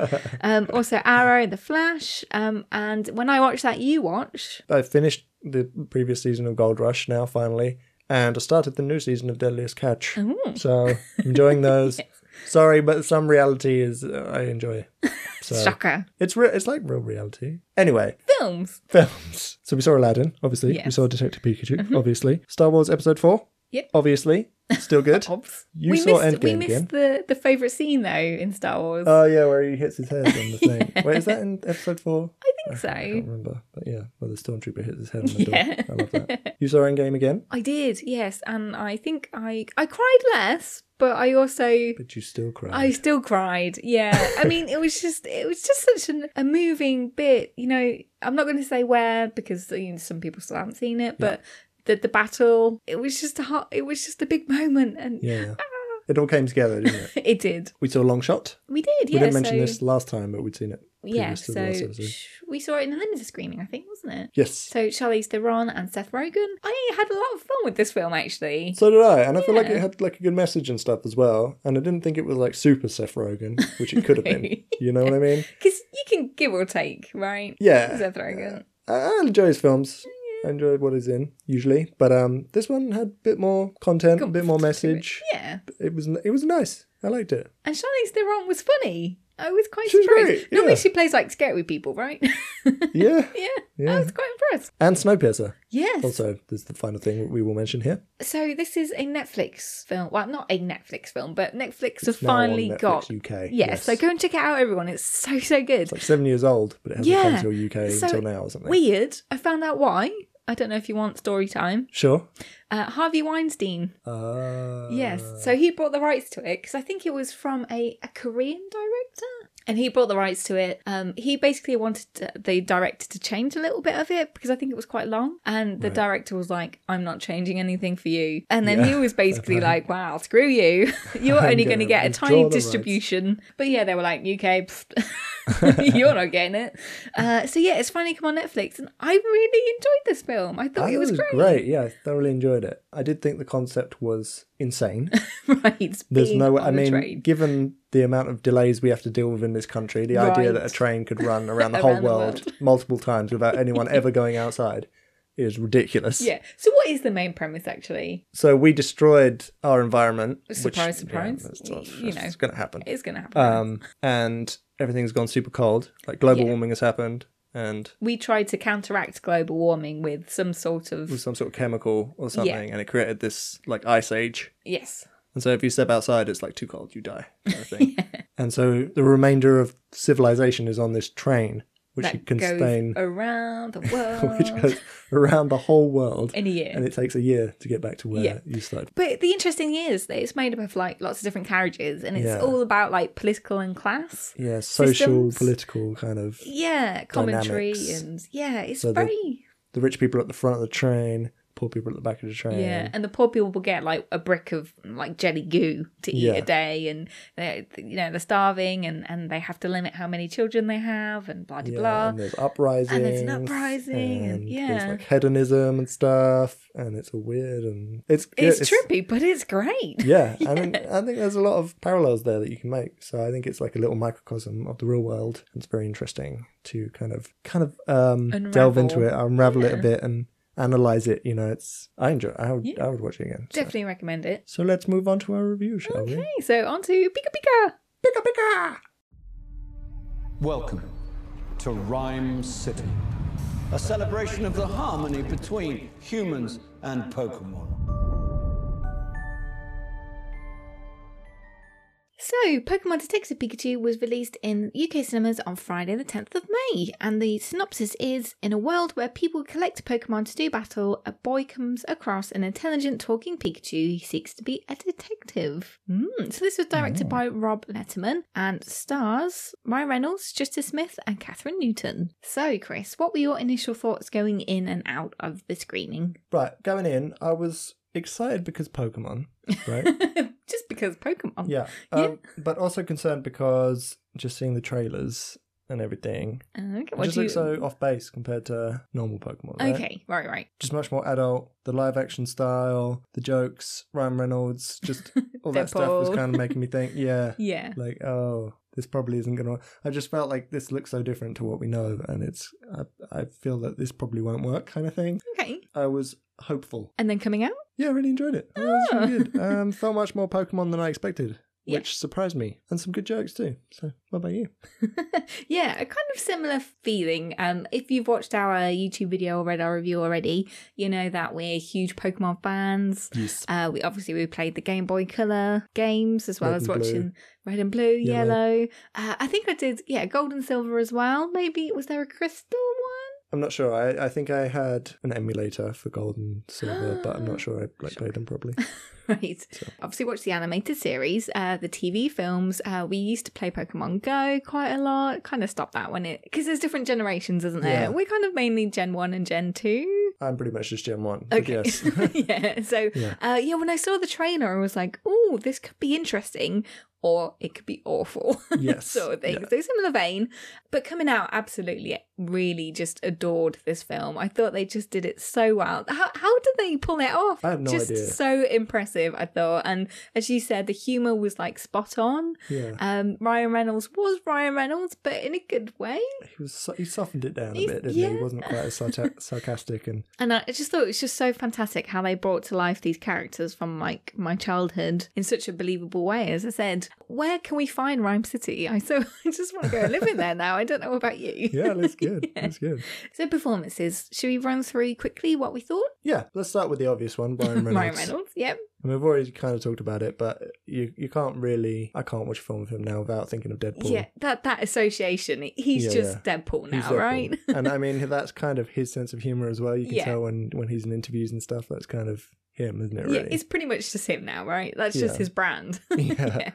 [SPEAKER 2] Um, also, Arrow, The Flash, um, and when I watch that, you watch.
[SPEAKER 3] I finished the previous season of Gold Rush now finally, and I started the new season of Deadliest Catch.
[SPEAKER 2] Mm.
[SPEAKER 3] So enjoying those. Sorry, but some reality is uh, I enjoy. So
[SPEAKER 2] Shocker.
[SPEAKER 3] it's re- it's like real reality. Anyway,
[SPEAKER 2] Films.
[SPEAKER 3] films. So we saw Aladdin, obviously. We
[SPEAKER 2] Yes. Mm-hmm.
[SPEAKER 3] saw Detective Pikachu, obviously. Star Wars Episode Four.
[SPEAKER 2] Yep. Oh.
[SPEAKER 3] Obviously, still good.
[SPEAKER 2] Obs.
[SPEAKER 3] You
[SPEAKER 2] we
[SPEAKER 3] saw
[SPEAKER 2] missed. we
[SPEAKER 3] Endgame
[SPEAKER 2] missed
[SPEAKER 3] again.
[SPEAKER 2] the the favorite scene though in Star Wars.
[SPEAKER 3] Oh yeah, where he hits his head on the thing. Wait, is that in Episode Four?
[SPEAKER 2] I think
[SPEAKER 3] Oh, I can't
[SPEAKER 2] so.
[SPEAKER 3] remember, but yeah, where the stormtrooper hits his head on the
[SPEAKER 2] Yeah.
[SPEAKER 3] door. I love that. You saw Endgame again,
[SPEAKER 2] I did, yes, and I think I I cried less, but I also
[SPEAKER 3] but you still cry.
[SPEAKER 2] I still cried. Yeah. I mean, it was just it was just such an, a moving bit. You know, I'm not going to say where because you know, some people still haven't seen it, but the the battle, it was just a hot, it was just a big moment, and
[SPEAKER 3] Yeah, it all came together, didn't it?
[SPEAKER 2] it did.
[SPEAKER 3] We saw Long Shot.
[SPEAKER 2] We did.
[SPEAKER 3] We
[SPEAKER 2] yeah.
[SPEAKER 3] didn't mention
[SPEAKER 2] so,
[SPEAKER 3] this last time, but we'd seen it.
[SPEAKER 2] Yeah.
[SPEAKER 3] previous to the last
[SPEAKER 2] So
[SPEAKER 3] episode.
[SPEAKER 2] sh- we saw it in a limited screening, I think, wasn't it?
[SPEAKER 3] Yes. So,
[SPEAKER 2] So Charlize Theron and Seth Rogen. I had a lot of fun with this film actually.
[SPEAKER 3] did I, and I feel like
[SPEAKER 2] Yeah.
[SPEAKER 3] it had like a good message and stuff as well. And I didn't think it was like super Seth Rogen, which it could have been. You know what I mean?
[SPEAKER 2] Because you can give or take, right?
[SPEAKER 3] Yeah.
[SPEAKER 2] Seth Rogen.
[SPEAKER 3] I, I enjoy his films. I enjoy what he's in usually, but um, this one had a bit more content, a bit more message.
[SPEAKER 2] Yeah.
[SPEAKER 3] It was it was nice. I liked it.
[SPEAKER 2] And Charlize Theron was funny. I was quite
[SPEAKER 3] She was
[SPEAKER 2] surprised.
[SPEAKER 3] great,
[SPEAKER 2] Normally
[SPEAKER 3] yeah.
[SPEAKER 2] she plays like scary people, right? yeah.
[SPEAKER 3] Yeah,
[SPEAKER 2] I
[SPEAKER 3] Yeah.
[SPEAKER 2] was quite impressed.
[SPEAKER 3] and Snowpiercer.
[SPEAKER 2] Yes.
[SPEAKER 3] Also, this is the final thing we will mention here.
[SPEAKER 2] So this is a Netflix film. Well, not a Netflix film, but Netflix have
[SPEAKER 3] Now on
[SPEAKER 2] finally
[SPEAKER 3] Netflix
[SPEAKER 2] got.
[SPEAKER 3] UK.
[SPEAKER 2] Yes, so go and check it out, everyone. It's so so good.
[SPEAKER 3] like seven years old, but it hasn't
[SPEAKER 2] Yeah.
[SPEAKER 3] come to UK
[SPEAKER 2] So
[SPEAKER 3] until now or something.
[SPEAKER 2] Weird. I found out why. I don't know if you want story time.
[SPEAKER 3] Sure.
[SPEAKER 2] Uh, Harvey Weinstein.
[SPEAKER 3] Uh,
[SPEAKER 2] Yes. So he bought the rights to it because I think it was from a, a Korean director. And he bought the rights to it. Um, he basically wanted to, the director to change a little bit of it because I think it was quite long. And the director was like, I'm not changing anything for you. And then he
[SPEAKER 3] Yeah,
[SPEAKER 2] was basically
[SPEAKER 3] play.
[SPEAKER 2] like, wow, screw you. You're
[SPEAKER 3] I'm
[SPEAKER 2] only going to
[SPEAKER 3] gonna
[SPEAKER 2] get a
[SPEAKER 3] withdraw
[SPEAKER 2] tiny
[SPEAKER 3] the rights."
[SPEAKER 2] distribution. But yeah, they were like, UK, pfft, you're not getting it. Uh, so yeah, it's finally come on Netflix. And I really enjoyed this film. I
[SPEAKER 3] I
[SPEAKER 2] thought
[SPEAKER 3] thought
[SPEAKER 2] it was, great.
[SPEAKER 3] Yeah, I thoroughly enjoyed it. I did think the concept was insane.
[SPEAKER 2] right.
[SPEAKER 3] There's
[SPEAKER 2] being
[SPEAKER 3] no,
[SPEAKER 2] on
[SPEAKER 3] I
[SPEAKER 2] the
[SPEAKER 3] mean,
[SPEAKER 2] train.
[SPEAKER 3] given the amount of delays we have to deal with in this country, the idea that a
[SPEAKER 2] Right.
[SPEAKER 3] train could run around the whole
[SPEAKER 2] Around the
[SPEAKER 3] world, multiple times without anyone ever going outside is ridiculous.
[SPEAKER 2] Yeah. So what is the main premise actually?
[SPEAKER 3] So we destroyed our environment.
[SPEAKER 2] Surprise, surprise.
[SPEAKER 3] that's not,
[SPEAKER 2] You know.
[SPEAKER 3] it's going to happen.
[SPEAKER 2] It's going to happen.
[SPEAKER 3] Um, and everything's gone super cold. Like global
[SPEAKER 2] Yeah.
[SPEAKER 3] warming has happened, and
[SPEAKER 2] we tried to counteract global warming with some sort of
[SPEAKER 3] with some sort of chemical or something, and it created this like ice age.
[SPEAKER 2] yes.
[SPEAKER 3] And so if you step outside, it's like too cold, you die. Kind of thing. And so the remainder of civilization is on this train, which you
[SPEAKER 2] That
[SPEAKER 3] can
[SPEAKER 2] goes
[SPEAKER 3] sustain,
[SPEAKER 2] around the world
[SPEAKER 3] which goes around the whole world,
[SPEAKER 2] in a year.
[SPEAKER 3] and it takes a year to get back to where
[SPEAKER 2] Yeah.
[SPEAKER 3] you started.
[SPEAKER 2] but the interesting thing is that it's made up of like lots of different carriages and it's
[SPEAKER 3] Yeah.
[SPEAKER 2] all about like political and class.
[SPEAKER 3] Yeah, social,
[SPEAKER 2] Systems.
[SPEAKER 3] political kind of.
[SPEAKER 2] Yeah, commentary
[SPEAKER 3] Dynamics.
[SPEAKER 2] and yeah, it's
[SPEAKER 3] So the-
[SPEAKER 2] very
[SPEAKER 3] The rich people at the front of the train, poor people at the back of the train.
[SPEAKER 2] Yeah, and the poor people will get like a brick of like jelly goo to eat
[SPEAKER 3] Yeah.
[SPEAKER 2] a day, and they, you know they're starving, and and they have to limit how many children they have, and blah de
[SPEAKER 3] Yeah,
[SPEAKER 2] blah.
[SPEAKER 3] and there's uprisings,
[SPEAKER 2] uprising, and yeah.
[SPEAKER 3] there's like hedonism and stuff, and it's all weird and it's good,
[SPEAKER 2] it's, trippy, but it's great.
[SPEAKER 3] Yeah, I mean, I think there's a lot of parallels there that you can make. So I think it's like a little microcosm of the real world. and It's very interesting to kind of kind of um delve into
[SPEAKER 2] Unravel.
[SPEAKER 3] it, unravel it a bit, and analyze it. You know, it's I enjoy. I would I would watch it again. So.
[SPEAKER 2] Definitely recommend it.
[SPEAKER 3] so let's move on to our review, shall we?
[SPEAKER 2] Okay, so on to Pika Pika.
[SPEAKER 3] Pika pika.
[SPEAKER 4] Welcome to Rhyme City, a celebration of the harmony between humans and Pokemon.
[SPEAKER 2] So, Pokemon Detective Pikachu was released in UK cinemas on Friday, the 10th of May, and the synopsis is In a world where people collect Pokemon to do battle, a boy comes across an intelligent talking Pikachu. He seeks to be a detective. Mm. So, this was directed by
[SPEAKER 3] Mm-hmm.
[SPEAKER 2] Rob Letterman and stars Ryan Reynolds, Justice Smith, and Catherine Newton. So, Chris, what were your initial thoughts going in and out of the screening?
[SPEAKER 3] Right, going in, I was excited because Pokemon, right?
[SPEAKER 2] Just because Pokemon.
[SPEAKER 3] yeah. Um, But also concerned because just seeing the trailers and everything,
[SPEAKER 2] Okay,
[SPEAKER 3] it
[SPEAKER 2] what
[SPEAKER 3] just
[SPEAKER 2] do you...
[SPEAKER 3] looks so off base compared to normal Pokemon. Right?
[SPEAKER 2] Okay, right, right.
[SPEAKER 3] Just much more adult. The live action style, the jokes, Ryan Reynolds, just all that stuff was
[SPEAKER 2] Deadpool.
[SPEAKER 3] kind of making me think, yeah,
[SPEAKER 2] Yeah.
[SPEAKER 3] like oh, this probably isn't gonna. I just felt like this looks so different to what we know, and it's I, I feel that this probably won't work, kind of thing.
[SPEAKER 2] Okay.
[SPEAKER 3] I was hopeful
[SPEAKER 2] And then coming out?
[SPEAKER 3] yeah, I really enjoyed it. It was
[SPEAKER 2] Ah.
[SPEAKER 3] really good. Um, felt much more Pokemon than I expected,
[SPEAKER 2] Yeah.
[SPEAKER 3] which surprised me, and some good jokes too. So, what about you?
[SPEAKER 2] yeah, a kind of similar feeling. Um, if you've watched our YouTube video or read our review already, you know that we're huge Pokemon fans.
[SPEAKER 3] Yes.
[SPEAKER 2] Uh, we obviously we played the Game Boy Color games as well
[SPEAKER 3] Red
[SPEAKER 2] as
[SPEAKER 3] and blue.
[SPEAKER 2] watching Red and Blue,
[SPEAKER 3] Yellow.
[SPEAKER 2] Yellow. Uh, I think I did, yeah, Gold and Silver as well. Maybe was there a Crystal one?
[SPEAKER 3] I'm not sure. I, I think I had an emulator for Gold and Silver, but I'm not sure I like played them properly.
[SPEAKER 2] Right. Obviously, watched the animated series, uh, the TV films. Uh, we used to play Pokemon Go quite a lot. Kind of stopped that when it because there's different generations, isn't there?
[SPEAKER 3] Yeah.
[SPEAKER 2] We're kind of mainly Gen One and Gen Two.
[SPEAKER 3] I'm pretty much just Gen One. but
[SPEAKER 2] Okay.
[SPEAKER 3] Yes.
[SPEAKER 2] yeah. So
[SPEAKER 3] Yeah.
[SPEAKER 2] yeah. Uh, yeah, when I saw the trailer, I was like, "Oh, this could be interesting, or it could be awful."
[SPEAKER 3] Yes.
[SPEAKER 2] sort of thing.
[SPEAKER 3] Yeah.
[SPEAKER 2] So similar vein, but coming out absolutely, really just adored this film. I thought they just did it so well. How how did they pull it off?
[SPEAKER 3] I have no
[SPEAKER 2] just
[SPEAKER 3] idea.
[SPEAKER 2] so impressive, I thought. And as you said, the humor was like spot on.
[SPEAKER 3] Yeah.
[SPEAKER 2] Um, Ryan Reynolds was Ryan Reynolds, but in a good way.
[SPEAKER 3] He was so- he softened it down a
[SPEAKER 2] He's-
[SPEAKER 3] bit, didn't he? He
[SPEAKER 2] yeah.
[SPEAKER 3] wasn't quite as sarta- sarcastic and
[SPEAKER 2] And I just thought it was just so fantastic how they brought to life these characters from like my childhood in such a believable way. As I said, where can we find Rhyme City? I so I just want to go and live in there now. I don't know about you.
[SPEAKER 3] yeah, it looks good. It's good.
[SPEAKER 2] So performances. Should we run through quickly what we thought?
[SPEAKER 3] Yeah, let's start with the obvious one, Brian Reynolds.
[SPEAKER 2] Ryan Reynolds. Yep.
[SPEAKER 3] And we've already kind of talked about it, but you you can't really I can't watch a film with him now without thinking of Deadpool.
[SPEAKER 2] Yeah. That that association. He's
[SPEAKER 3] Yeah,
[SPEAKER 2] just Deadpool now,
[SPEAKER 3] He's Deadpool.
[SPEAKER 2] right?
[SPEAKER 3] and I mean that's kind of his sense of humor as well. You can
[SPEAKER 2] Yeah.
[SPEAKER 3] tell when when he's in interviews and stuff. That's kind of him, isn't it? Really.
[SPEAKER 2] Yeah, it's pretty much just him now, right? That's
[SPEAKER 3] Yeah.
[SPEAKER 2] just his brand.
[SPEAKER 3] Yeah.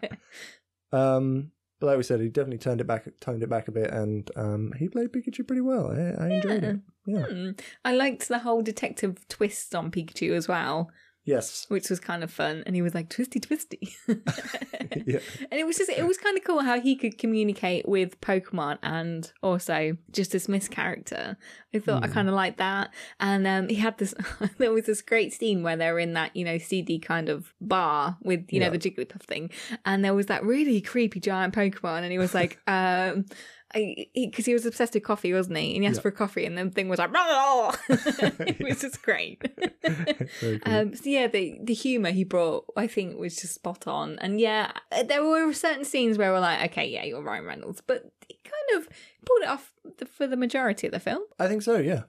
[SPEAKER 3] um, but like we said, he definitely turned it back, toned it back a bit, and um, he played Pikachu pretty well. I, I enjoyed it. Yeah.
[SPEAKER 2] Hmm. I liked the whole detective twist on Pikachu as well.
[SPEAKER 3] Yes.
[SPEAKER 2] which was kind of fun. And he was like twisty twisty, and
[SPEAKER 3] Yeah.
[SPEAKER 2] it was just it was kind of cool how he could communicate with Pokemon and also just this Miss character. I thought I
[SPEAKER 3] Hmm.
[SPEAKER 2] kind of liked that. And um, he had this. there was this great scene where they were in that you know CD kind of bar with you
[SPEAKER 3] Yeah.
[SPEAKER 2] know the Jigglypuff thing, and there was that really creepy giant Pokemon, and he was like. um because he, was obsessed with coffee, wasn't he? And he asked
[SPEAKER 3] Yeah.
[SPEAKER 2] for a coffee, and the thing was like, it was just great.
[SPEAKER 3] Very cool.
[SPEAKER 2] Um, so yeah, the the humor he brought, I think, was just spot on. And yeah, uh, there were certain scenes where we're like, okay, yeah, you're Ryan Reynolds, but he kind of pulled it off the, for the majority of the film.
[SPEAKER 3] I think so. Yeah.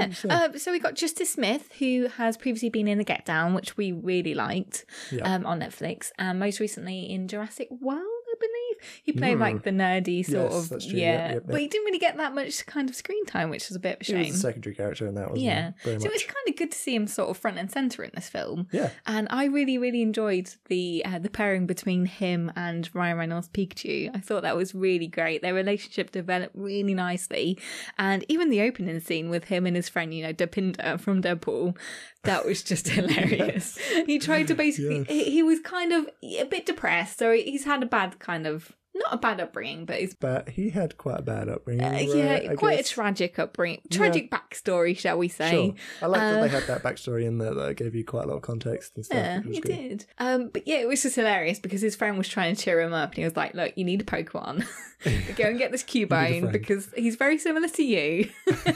[SPEAKER 3] Mm,
[SPEAKER 2] Yeah. Uh, so we got Justice Smith, who has previously been in The Get Down, which we really liked
[SPEAKER 3] Yeah.
[SPEAKER 2] um, on Netflix, and most recently in Jurassic World, I believe. He played like the nerdy sort
[SPEAKER 3] Mm. Yes,
[SPEAKER 2] of
[SPEAKER 3] that's true. Yep,
[SPEAKER 2] yeah,
[SPEAKER 3] yep, yep.
[SPEAKER 2] but he didn't really get that much kind of screen time, which is a bit of a
[SPEAKER 3] He was
[SPEAKER 2] shame.
[SPEAKER 3] a secondary character in that, wasn't he?
[SPEAKER 2] Yeah. So
[SPEAKER 3] Very
[SPEAKER 2] it
[SPEAKER 3] much.
[SPEAKER 2] was kind of good to see him sort of front and center in this film.
[SPEAKER 3] Yeah.
[SPEAKER 2] And I really, really enjoyed the uh, the pairing between him and Ryan Reynolds Pikachu. I thought that was really great. Their relationship developed really nicely, and even the opening scene with him and his friend, you know, Depinder from Deadpool, that was just hilarious. He tried to basically, he, he was kind of a bit depressed, so he's had a bad kind of. not a bad upbringing, but it's
[SPEAKER 3] But he had quite a bad upbringing.
[SPEAKER 2] uh,
[SPEAKER 3] right,
[SPEAKER 2] yeah,
[SPEAKER 3] I
[SPEAKER 2] quite
[SPEAKER 3] guess.
[SPEAKER 2] a tragic upbringing, tragic backstory, shall we say?
[SPEAKER 3] Sure. I like that they had that backstory in there that gave you quite a lot of context and stuff.
[SPEAKER 2] Uh, Yeah,
[SPEAKER 3] which was
[SPEAKER 2] he
[SPEAKER 3] good.
[SPEAKER 2] did. Um, but yeah, it was just hilarious because his friend was trying to cheer him up, and he was like, "Look, you need a Pokemon. Go and get this Cubone
[SPEAKER 3] friend.
[SPEAKER 2] because he's very similar to you."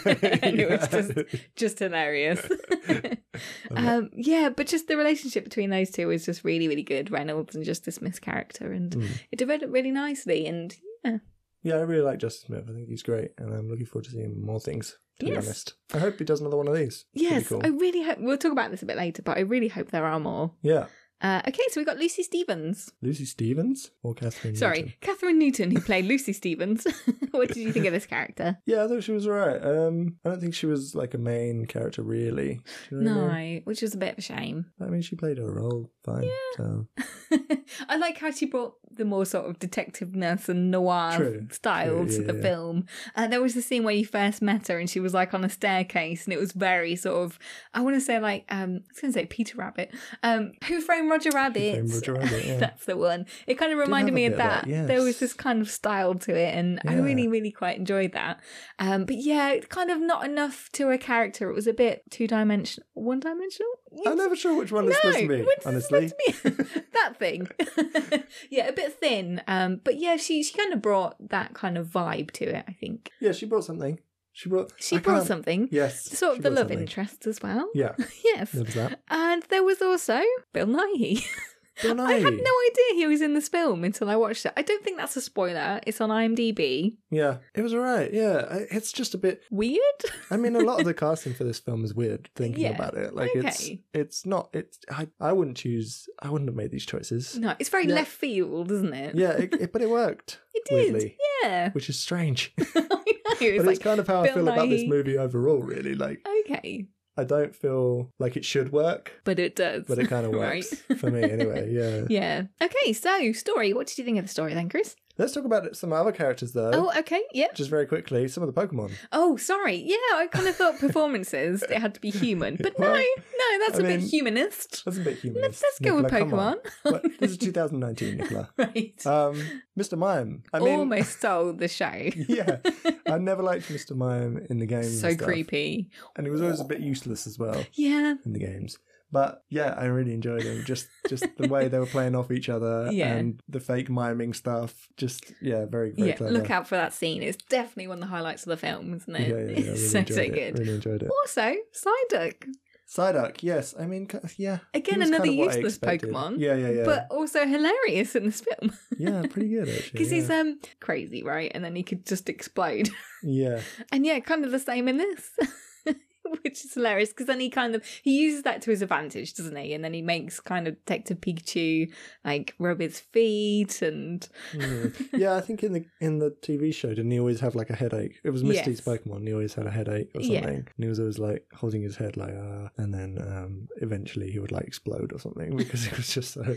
[SPEAKER 2] and it was just just hilarious. um, yeah, but just the relationship between those two was just really, really good. Reynolds and Justice Smith's character, and
[SPEAKER 3] Mm.
[SPEAKER 2] it developed really nicely. And yeah,
[SPEAKER 3] Yeah, I really like Justin Smith. I think he's great, and I'm looking forward to seeing more things. To
[SPEAKER 2] Yes.
[SPEAKER 3] be honest, I hope he does another one of these. It'd be
[SPEAKER 2] yes,
[SPEAKER 3] cool.
[SPEAKER 2] I really hope we'll talk about this a bit later, but I really hope there are more.
[SPEAKER 3] yeah,
[SPEAKER 2] Uh, okay, so we got Lucy Stevens.
[SPEAKER 3] Lucy Stevens or Catherine.
[SPEAKER 2] Sorry,
[SPEAKER 3] Newton?
[SPEAKER 2] Catherine Newton, who played Lucy Stevens. what did you think of this character?
[SPEAKER 3] Yeah, I thought she was alright. Um, I don't think she was like a main character really. Do you know what I mean?
[SPEAKER 2] No, which was a bit of a shame.
[SPEAKER 3] I mean she played her role fine. So
[SPEAKER 2] I like how she brought the more sort of detective nurse and noir
[SPEAKER 3] True,
[SPEAKER 2] style
[SPEAKER 3] true,
[SPEAKER 2] to
[SPEAKER 3] yeah,
[SPEAKER 2] the
[SPEAKER 3] yeah.
[SPEAKER 2] film. Uh, there was the scene where you first met her and she was like on a staircase and it was very sort of, I want to say like, um, I was going to say Peter Rabbit. Um, Who Framed Roger Rabbit?
[SPEAKER 3] Framed Roger Rabbit, yeah.
[SPEAKER 2] That's the one. It kind of reminded
[SPEAKER 3] have a
[SPEAKER 2] me
[SPEAKER 3] bit
[SPEAKER 2] of
[SPEAKER 3] of
[SPEAKER 2] that.
[SPEAKER 3] that, yes.
[SPEAKER 2] There was this kind of style to it and I
[SPEAKER 3] Yeah.
[SPEAKER 2] really, really quite enjoyed that. Um, but yeah, it's kind of not enough to a character. It was a bit two dimensional, one dimensional?
[SPEAKER 3] I'm never sure which one it's supposed to be.
[SPEAKER 2] what's this
[SPEAKER 3] Honestly,
[SPEAKER 2] supposed to be? that thing. yeah, a bit thin. Um, but yeah, she she kind of brought that kind of vibe to it. I think
[SPEAKER 3] yeah, she brought something. She brought.
[SPEAKER 2] she
[SPEAKER 3] I
[SPEAKER 2] brought
[SPEAKER 3] can't-
[SPEAKER 2] something.
[SPEAKER 3] Yes,
[SPEAKER 2] Sort
[SPEAKER 3] she
[SPEAKER 2] of the
[SPEAKER 3] brought
[SPEAKER 2] love
[SPEAKER 3] something.
[SPEAKER 2] interest as well.
[SPEAKER 3] Yeah,
[SPEAKER 2] Yes.
[SPEAKER 3] there was that.
[SPEAKER 2] And there was also Bill Nighy.
[SPEAKER 3] Bill
[SPEAKER 2] I had
[SPEAKER 3] Nighy.
[SPEAKER 2] no idea he was in this film until I watched it. I don't think that's a spoiler. It's on IMDb.
[SPEAKER 3] Yeah, it was alright. Yeah, I- it's just a bit.
[SPEAKER 2] Weird.
[SPEAKER 3] I mean, a lot of the casting for this film is weird. Thinking
[SPEAKER 2] Yeah,
[SPEAKER 3] about it, like it's
[SPEAKER 2] okay.
[SPEAKER 3] it's not. It's I, I wouldn't choose. I wouldn't have made these choices.
[SPEAKER 2] No, it's very
[SPEAKER 3] Yeah.
[SPEAKER 2] left field, isn't it?
[SPEAKER 3] Yeah, it, it- but it worked.
[SPEAKER 2] It did.
[SPEAKER 3] weirdly,
[SPEAKER 2] Yeah.
[SPEAKER 3] which is strange.
[SPEAKER 2] I know. It was
[SPEAKER 3] but it's
[SPEAKER 2] like,
[SPEAKER 3] kind of how
[SPEAKER 2] Bill
[SPEAKER 3] I feel about this
[SPEAKER 2] Nighy.
[SPEAKER 3] movie overall. Really, like
[SPEAKER 2] okay.
[SPEAKER 3] I don't feel like it should work,
[SPEAKER 2] But it does.
[SPEAKER 3] but it kind of
[SPEAKER 2] Right.
[SPEAKER 3] works for me anyway. Yeah.
[SPEAKER 2] Yeah. Okay, so story. What did you think of the story then, Chris?
[SPEAKER 3] Let's talk about some other characters though.
[SPEAKER 2] Oh, okay. Yeah.
[SPEAKER 3] Just very quickly, some of the Pokemon.
[SPEAKER 2] Oh, sorry. Yeah, I kind of thought performances it had to be human, but no,
[SPEAKER 3] Well,
[SPEAKER 2] no, that's
[SPEAKER 3] I
[SPEAKER 2] a bit
[SPEAKER 3] mean- uh,
[SPEAKER 2] humanist.
[SPEAKER 3] That's a bit human.
[SPEAKER 2] Let's- let's go with
[SPEAKER 3] but this is 2019, Nicola.
[SPEAKER 2] Right.
[SPEAKER 3] Um, Mr. Mime. I mean,
[SPEAKER 2] Almost stole the show.
[SPEAKER 3] yeah, I never liked Mr. Mime in the games.
[SPEAKER 2] so
[SPEAKER 3] and stuff.
[SPEAKER 2] creepy.
[SPEAKER 3] and he was always a bit useless as well
[SPEAKER 2] Yeah.
[SPEAKER 3] in the games. But yeah, I really enjoyed him. Just just the way they were playing off each other
[SPEAKER 2] Yeah.
[SPEAKER 3] and the fake miming stuff. Just yeah, very very
[SPEAKER 2] Yeah.
[SPEAKER 3] clever.
[SPEAKER 2] Look out for that scene. It's definitely one of the highlights of the film, isn't
[SPEAKER 3] Yeah,
[SPEAKER 2] it?
[SPEAKER 3] yeah, yeah. I really
[SPEAKER 2] it's so,
[SPEAKER 3] enjoyed
[SPEAKER 2] so
[SPEAKER 3] it.
[SPEAKER 2] good.
[SPEAKER 3] Really enjoyed it.
[SPEAKER 2] Also, Psyduck.
[SPEAKER 3] Psyduck, yes. I mean, kind of- yeah. he
[SPEAKER 2] Again,
[SPEAKER 3] was
[SPEAKER 2] another
[SPEAKER 3] kind of what I
[SPEAKER 2] useless
[SPEAKER 3] expected.
[SPEAKER 2] Pokemon.
[SPEAKER 3] Yeah, yeah, yeah.
[SPEAKER 2] But also hilarious in this film.
[SPEAKER 3] yeah, pretty good actually.
[SPEAKER 2] Because
[SPEAKER 3] yeah.
[SPEAKER 2] he's um crazy, right? And then he could just explode.
[SPEAKER 3] yeah,
[SPEAKER 2] And yeah, kind of the same in this. Which is hilarious because then he kind of he uses that to his advantage, doesn't he? And then he makes kind of Detective Pikachu like rub his feet and
[SPEAKER 3] Mm. yeah. I think in the in the TV show, didn't he always have like a headache? It was Misty's
[SPEAKER 2] Yes.
[SPEAKER 3] Pokemon. and He always had a headache or something,
[SPEAKER 2] Yeah.
[SPEAKER 3] and he was always like holding his head like, uh, and then um, eventually he would like explode or something because it was just so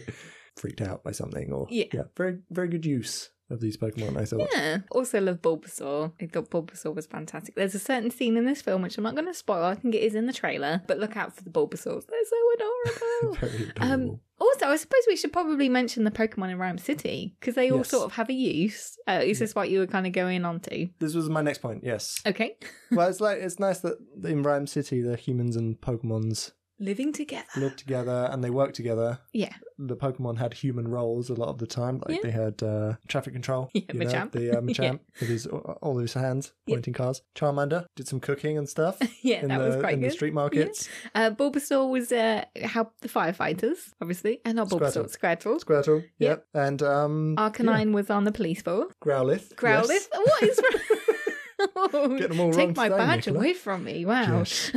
[SPEAKER 3] freaked out by something. Or
[SPEAKER 2] Yeah.
[SPEAKER 3] very very good use of these Pokemon. I thought.
[SPEAKER 2] yeah. Also love Bulbasaur. I thought Bulbasaur was fantastic. There's a certain scene in this film which I'm not going to spoil. I think it is in the trailer, but look out for the Bulbasaurs. They're so adorable.
[SPEAKER 3] Very
[SPEAKER 2] Um,
[SPEAKER 3] adorable.
[SPEAKER 2] also, I suppose we should probably mention the Pokemon in Rhyme City because they all
[SPEAKER 3] Yes.
[SPEAKER 2] sort of have a use. Uh, is this what you were kind of going on to?
[SPEAKER 3] this was my next point. Yes.
[SPEAKER 2] Okay.
[SPEAKER 3] well, it's like it's nice that in Rhyme City the humans and Pokemon's
[SPEAKER 2] Living together.
[SPEAKER 3] live together and they work together.
[SPEAKER 2] Yeah.
[SPEAKER 3] the Pokemon had human roles a lot of the time. Like
[SPEAKER 2] Yeah.
[SPEAKER 3] they had uh, traffic control,
[SPEAKER 2] Yeah, Machamp.
[SPEAKER 3] the
[SPEAKER 2] Yeah.
[SPEAKER 3] uh, Machamp with his all his hands
[SPEAKER 2] Yeah.
[SPEAKER 3] pointing cars. Charmander did some cooking and stuff.
[SPEAKER 2] Yeah,
[SPEAKER 3] in
[SPEAKER 2] that
[SPEAKER 3] the,
[SPEAKER 2] was quite
[SPEAKER 3] in
[SPEAKER 2] good.
[SPEAKER 3] the street markets.
[SPEAKER 2] Uh, Bulbasaur was uh, helped the firefighters, obviously, and not Bulbasaur, Squirtle.
[SPEAKER 3] Squirtle,
[SPEAKER 2] Yeah.
[SPEAKER 3] yep, and um, yeah.
[SPEAKER 2] Arcanine was on the police force.
[SPEAKER 3] Growlith,
[SPEAKER 2] Growlith,
[SPEAKER 3] yes.
[SPEAKER 2] what is? wrong?
[SPEAKER 3] Getting them all
[SPEAKER 2] Take
[SPEAKER 3] wrong
[SPEAKER 2] my
[SPEAKER 3] today,
[SPEAKER 2] badge
[SPEAKER 3] Nicola.
[SPEAKER 2] away from me! Wow.
[SPEAKER 3] Yes.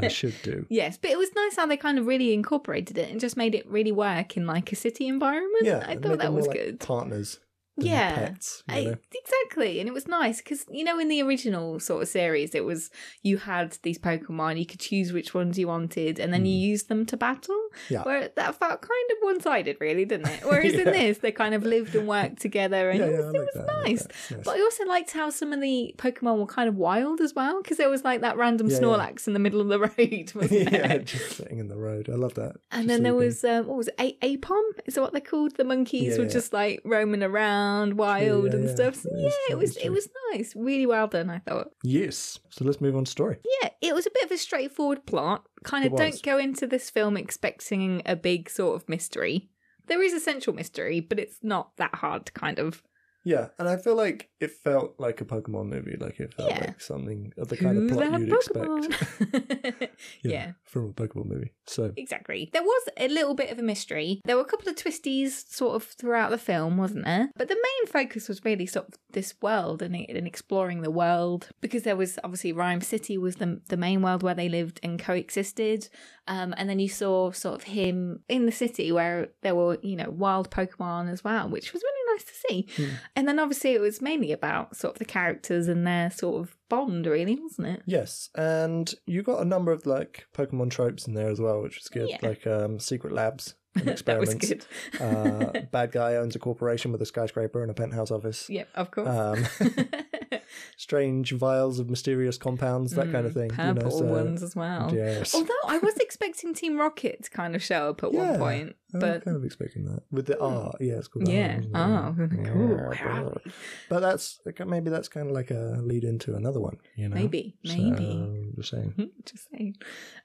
[SPEAKER 3] I should do.
[SPEAKER 2] yes, but it was nice how they kind of really incorporated it and just made it really work in like a city environment.
[SPEAKER 3] Yeah,
[SPEAKER 2] I
[SPEAKER 3] it made
[SPEAKER 2] thought that
[SPEAKER 3] them
[SPEAKER 2] was
[SPEAKER 3] more like
[SPEAKER 2] good.
[SPEAKER 3] Partners, than
[SPEAKER 2] Yeah.
[SPEAKER 3] pets. you
[SPEAKER 2] I-
[SPEAKER 3] know?
[SPEAKER 2] Eh, exactly, and it was nice because you know in the original sort of series, it was you had these Pokemon, you could choose which ones you wanted, and then you used them to battle.
[SPEAKER 3] Mm. Yeah.
[SPEAKER 2] where that felt kind of one-sided, really, didn't it? Whereas in
[SPEAKER 3] Yeah.
[SPEAKER 2] this, they kind of lived and worked together, and
[SPEAKER 3] yeah,
[SPEAKER 2] it
[SPEAKER 3] yeah, I
[SPEAKER 2] was, it
[SPEAKER 3] like
[SPEAKER 2] was
[SPEAKER 3] that. I like
[SPEAKER 2] nice.
[SPEAKER 3] that. It's nice.
[SPEAKER 2] But I also liked how some of the Pokemon were kind of wild as well, because there was like that random
[SPEAKER 3] Yeah, yeah.
[SPEAKER 2] Snorlax in the middle of the road, wasn't
[SPEAKER 3] yeah,
[SPEAKER 2] there?
[SPEAKER 3] just sitting in the road. I love that.
[SPEAKER 2] And
[SPEAKER 3] Just
[SPEAKER 2] then there
[SPEAKER 3] sleeping.
[SPEAKER 2] was um, what was it, a- Apom? Is that what they're called? The monkeys
[SPEAKER 3] Yeah,
[SPEAKER 2] were
[SPEAKER 3] yeah.
[SPEAKER 2] just like roaming around wild and
[SPEAKER 3] yeah.
[SPEAKER 2] stuff. So,
[SPEAKER 3] That
[SPEAKER 2] yeah,
[SPEAKER 3] is-
[SPEAKER 2] it
[SPEAKER 3] that
[SPEAKER 2] was
[SPEAKER 3] is
[SPEAKER 2] it
[SPEAKER 3] true.
[SPEAKER 2] was nice. Really well done, I thought.
[SPEAKER 3] Yes. So let's move on to story.
[SPEAKER 2] Yeah, it was a bit of a straightforward plot. Kind
[SPEAKER 3] It
[SPEAKER 2] of
[SPEAKER 3] was.
[SPEAKER 2] don't go into this film expecting a big sort of mystery. There is a central mystery, but it's not that hard to kind of
[SPEAKER 3] Yeah, and I feel like it felt like a Pokemon movie. Like it felt
[SPEAKER 2] Yeah.
[SPEAKER 3] like something of the kind of
[SPEAKER 2] who's
[SPEAKER 3] plot
[SPEAKER 2] that
[SPEAKER 3] you'd expect.
[SPEAKER 2] Pokemon? yeah.
[SPEAKER 3] from a Pokemon movie. So
[SPEAKER 2] Exactly. There was a little bit of a mystery. There were a couple of twisties sort of throughout the film, wasn't there? But the main focus was really sort of this world and, it- and exploring the world because there was obviously Rhyme City was the, the main world where they lived and coexisted. Um, and then you saw sort of him in the city where there were, you know, wild Pokemon as well, which was really nice to see. And then obviously it was mainly about sort of the characters and their sort of bond, really, wasn't it?
[SPEAKER 3] yes, and you got a number of like Pokemon tropes in there as well, which was good.
[SPEAKER 2] Oh, Yeah.
[SPEAKER 3] Like um, secret labs and
[SPEAKER 2] That was
[SPEAKER 3] experiments.
[SPEAKER 2] good.
[SPEAKER 3] uh, bad guy owns a corporation with a skyscraper and a penthouse office.
[SPEAKER 2] Yep, of course.
[SPEAKER 3] Um, strange vials of mysterious compounds, that kind of thing. you know,
[SPEAKER 2] Mm, purple
[SPEAKER 3] so-
[SPEAKER 2] ones as well.
[SPEAKER 3] Yes.
[SPEAKER 2] Although I was expecting Team Rocket to kind of show up at
[SPEAKER 3] Yeah,
[SPEAKER 2] one point,
[SPEAKER 3] I was
[SPEAKER 2] but
[SPEAKER 3] Oh,
[SPEAKER 2] Hmm.
[SPEAKER 3] kind of expecting that with the R. Yeah, it's called
[SPEAKER 2] yeah.
[SPEAKER 3] R.
[SPEAKER 2] Oh,
[SPEAKER 3] isn't it?
[SPEAKER 2] cool.
[SPEAKER 3] Yeah,
[SPEAKER 2] Where are
[SPEAKER 3] but-
[SPEAKER 2] we?
[SPEAKER 3] But that's maybe that's kind of like a lead into another one. You know,
[SPEAKER 2] Maybe,
[SPEAKER 3] So,
[SPEAKER 2] maybe.
[SPEAKER 3] just saying.
[SPEAKER 2] Just saying.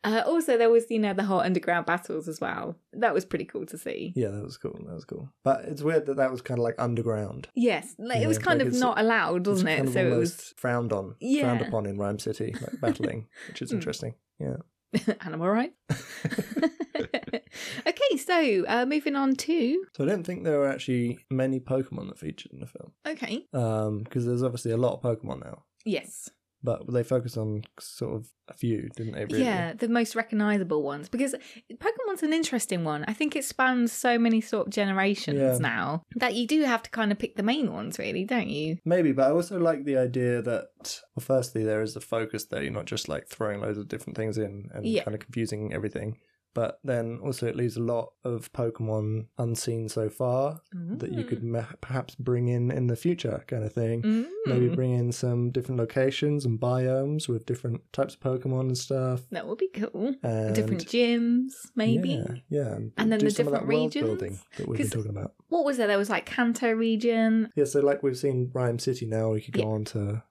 [SPEAKER 2] Uh, also, there was you know the whole underground battles as well. That was pretty cool to see.
[SPEAKER 3] Yeah, that was cool. That was cool. But it's weird that that was kind of like underground.
[SPEAKER 2] Yes, like,
[SPEAKER 3] Yeah,
[SPEAKER 2] it was
[SPEAKER 3] it's
[SPEAKER 2] kind
[SPEAKER 3] like
[SPEAKER 2] of
[SPEAKER 3] it's-
[SPEAKER 2] not allowed,
[SPEAKER 3] It's
[SPEAKER 2] wasn't
[SPEAKER 3] kind
[SPEAKER 2] it?
[SPEAKER 3] of
[SPEAKER 2] So it
[SPEAKER 3] almost
[SPEAKER 2] was
[SPEAKER 3] frowned on, frowned
[SPEAKER 2] Yeah. Hmm.
[SPEAKER 3] upon in Rhyme City, like battling, which is interesting. Yeah.
[SPEAKER 2] animal right. okay, so uh, moving on to
[SPEAKER 3] So I don't think there were actually many Pokemon that featured in the film,
[SPEAKER 2] okay,
[SPEAKER 3] because there's obviously a lot of Pokemon now.
[SPEAKER 2] yes,
[SPEAKER 3] But they focused on sort of a few, didn't they? Really?
[SPEAKER 2] Yeah, the most recognizable ones because Pokemon's an interesting one. I think it spans so many sort of generations
[SPEAKER 3] Yeah.
[SPEAKER 2] now that you do have to kind of pick the main ones, really, don't you?
[SPEAKER 3] Maybe, but I also like the idea that, well, firstly, there is a focus there. You're not just like throwing loads of different things in and
[SPEAKER 2] Yeah.
[SPEAKER 3] kind of confusing everything. But then also, it leaves a lot of Pokemon unseen so far that you could ma- perhaps bring in in the future, kind of thing.
[SPEAKER 2] Mm.
[SPEAKER 3] Maybe bring in some different locations and biomes with different types of Pokemon and stuff.
[SPEAKER 2] That would be cool.
[SPEAKER 3] And
[SPEAKER 2] different gyms, maybe.
[SPEAKER 3] Yeah, yeah.
[SPEAKER 2] And then
[SPEAKER 3] do
[SPEAKER 2] the
[SPEAKER 3] some of that
[SPEAKER 2] different
[SPEAKER 3] world
[SPEAKER 2] regions.
[SPEAKER 3] building that we've been
[SPEAKER 2] 'Cause-
[SPEAKER 3] talking about.
[SPEAKER 2] What was there? There was like Kanto region.
[SPEAKER 3] Yeah, so like we've seen Rhyme City now, we could go
[SPEAKER 2] Yeah.
[SPEAKER 3] on to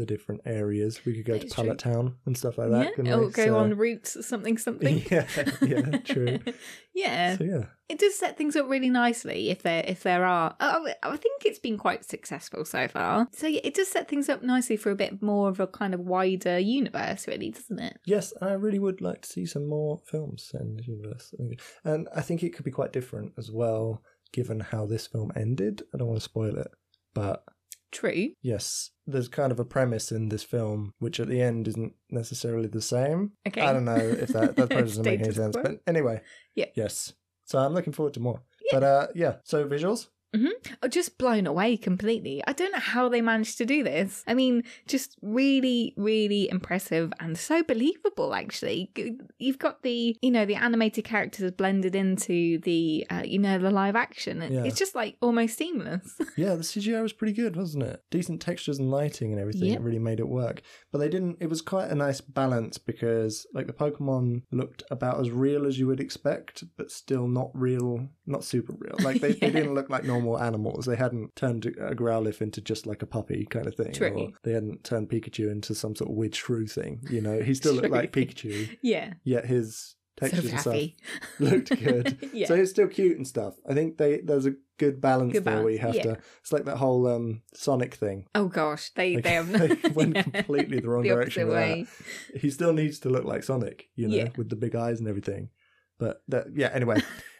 [SPEAKER 3] the different areas. We could go
[SPEAKER 2] That
[SPEAKER 3] to
[SPEAKER 2] is true.
[SPEAKER 3] Pallet Town and stuff like that.
[SPEAKER 2] yeah,
[SPEAKER 3] couldn't
[SPEAKER 2] or
[SPEAKER 3] we?
[SPEAKER 2] go
[SPEAKER 3] So-
[SPEAKER 2] on routes something something.
[SPEAKER 3] Yeah, yeah, true.
[SPEAKER 2] yeah,
[SPEAKER 3] So yeah.
[SPEAKER 2] it does set things up really nicely if there if there are I, I I think it's been quite successful so far so yeah, it does set things up nicely for a bit more of a kind of wider universe really doesn't it
[SPEAKER 3] Yes, and I really would like to see some more films in the universe. And I think it could be quite different as well, given how this film ended. I don't want to spoil it, but
[SPEAKER 2] true
[SPEAKER 3] yes, there's kind of a premise in this film which at the end isn't necessarily the same.
[SPEAKER 2] Okay.
[SPEAKER 3] I don't know if that that probably doesn't make any
[SPEAKER 2] Status
[SPEAKER 3] sense,
[SPEAKER 2] quo.
[SPEAKER 3] but anyway.
[SPEAKER 2] Yeah.
[SPEAKER 3] Yes. So I'm looking forward to more. But uh, yeah. So visuals.
[SPEAKER 2] are Oh, just blown away completely. I don't know how they managed to do this. I mean, just really, really impressive and so believable. Actually, G- you've got the you know the animated characters blended into the uh, you know the live action. It-
[SPEAKER 3] Yeah.
[SPEAKER 2] It's just like almost seamless.
[SPEAKER 3] Yeah, the CGI was pretty good, wasn't it? Decent textures and lighting and everything.
[SPEAKER 2] Yep.
[SPEAKER 3] It really made it work. But they didn't. It was quite a nice balance because like the Pokemon looked about as real as you would expect, but still not real, not super real. Like they, they
[SPEAKER 2] Yeah.
[SPEAKER 3] didn't look like normal animals. They hadn't turned a Growlithe into just like a puppy kind of thing.
[SPEAKER 2] True.
[SPEAKER 3] Or they hadn't turned Pikachu into some sort of weird shrew thing. You know, he still looked
[SPEAKER 2] True.
[SPEAKER 3] like Pikachu,
[SPEAKER 2] yeah,
[SPEAKER 3] yet his textures
[SPEAKER 2] so
[SPEAKER 3] and stuff
[SPEAKER 2] fluffy.
[SPEAKER 3] looked good.
[SPEAKER 2] yeah.
[SPEAKER 3] So it's still cute and stuff. I think they there's a good balance
[SPEAKER 2] Good
[SPEAKER 3] there where you have
[SPEAKER 2] balance, yeah.
[SPEAKER 3] to. It's like that whole um, Sonic thing.
[SPEAKER 2] Oh gosh, they
[SPEAKER 3] Like,
[SPEAKER 2] they have
[SPEAKER 3] they went
[SPEAKER 2] Yeah.
[SPEAKER 3] completely the wrong
[SPEAKER 2] The
[SPEAKER 3] direction
[SPEAKER 2] opposite
[SPEAKER 3] with that.
[SPEAKER 2] way.
[SPEAKER 3] He still needs to look like Sonic, you know,
[SPEAKER 2] Yeah.
[SPEAKER 3] with the big eyes and everything. But that, yeah, anyway.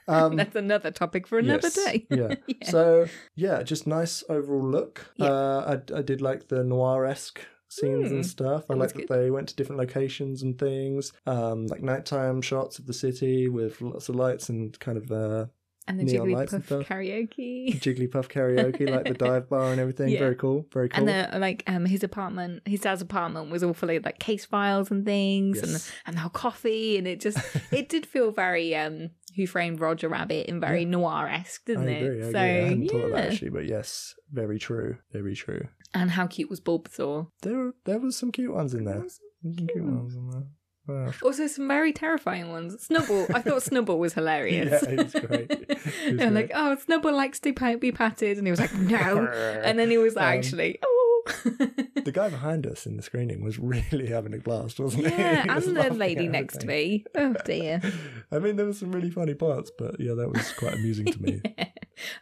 [SPEAKER 3] Um,
[SPEAKER 2] That's another topic for another
[SPEAKER 3] yes,
[SPEAKER 2] day.
[SPEAKER 3] yeah.
[SPEAKER 2] Yeah.
[SPEAKER 3] So yeah, just nice overall look.
[SPEAKER 2] Yeah.
[SPEAKER 3] Uh, I I did like the noir esque scenes and
[SPEAKER 2] Mm,
[SPEAKER 3] stuff. I
[SPEAKER 2] that was
[SPEAKER 3] like that they went to different locations and things. Um, like nighttime shots of the city with lots of lights and kind of uh,
[SPEAKER 2] and the
[SPEAKER 3] neon lights and
[SPEAKER 2] Jigglypuff
[SPEAKER 3] stuff.
[SPEAKER 2] karaoke.
[SPEAKER 3] Jigglypuff karaoke, like the dive bar and everything.
[SPEAKER 2] Yeah.
[SPEAKER 3] Very cool. Very cool.
[SPEAKER 2] And the like, um, his apartment, his dad's apartment was all full of like case files and things,
[SPEAKER 3] Yes.
[SPEAKER 2] and and the whole coffee, and it just it did feel very um, Who Framed Roger Rabbit and very noir esque,
[SPEAKER 3] I
[SPEAKER 2] didn't
[SPEAKER 3] agree. I
[SPEAKER 2] it?
[SPEAKER 3] agree. I hadn't
[SPEAKER 2] So
[SPEAKER 3] thought of that
[SPEAKER 2] yeah.
[SPEAKER 3] actually, but yes, very true. Very true.
[SPEAKER 2] And how cute was Bulbasaur?
[SPEAKER 3] There, there was some cute ones in there.
[SPEAKER 2] There was
[SPEAKER 3] Some cute ones in there.
[SPEAKER 2] Also, some very terrifying ones. Snubble. I thought Snubble was hilarious.
[SPEAKER 3] Yeah, it's great. It's
[SPEAKER 2] And
[SPEAKER 3] great.
[SPEAKER 2] like, oh, Snubble likes to pa- be patted, and he was like, no, and then he was
[SPEAKER 3] Um,
[SPEAKER 2] like, actually, oh,
[SPEAKER 3] the guy behind us in the screening was really having a blast, wasn't he?
[SPEAKER 2] yeah,
[SPEAKER 3] He was
[SPEAKER 2] and the
[SPEAKER 3] laughing
[SPEAKER 2] lady
[SPEAKER 3] at
[SPEAKER 2] next to
[SPEAKER 3] everything.
[SPEAKER 2] me. Oh dear.
[SPEAKER 3] I mean, there were some really funny parts, but yeah, that was quite amusing to me.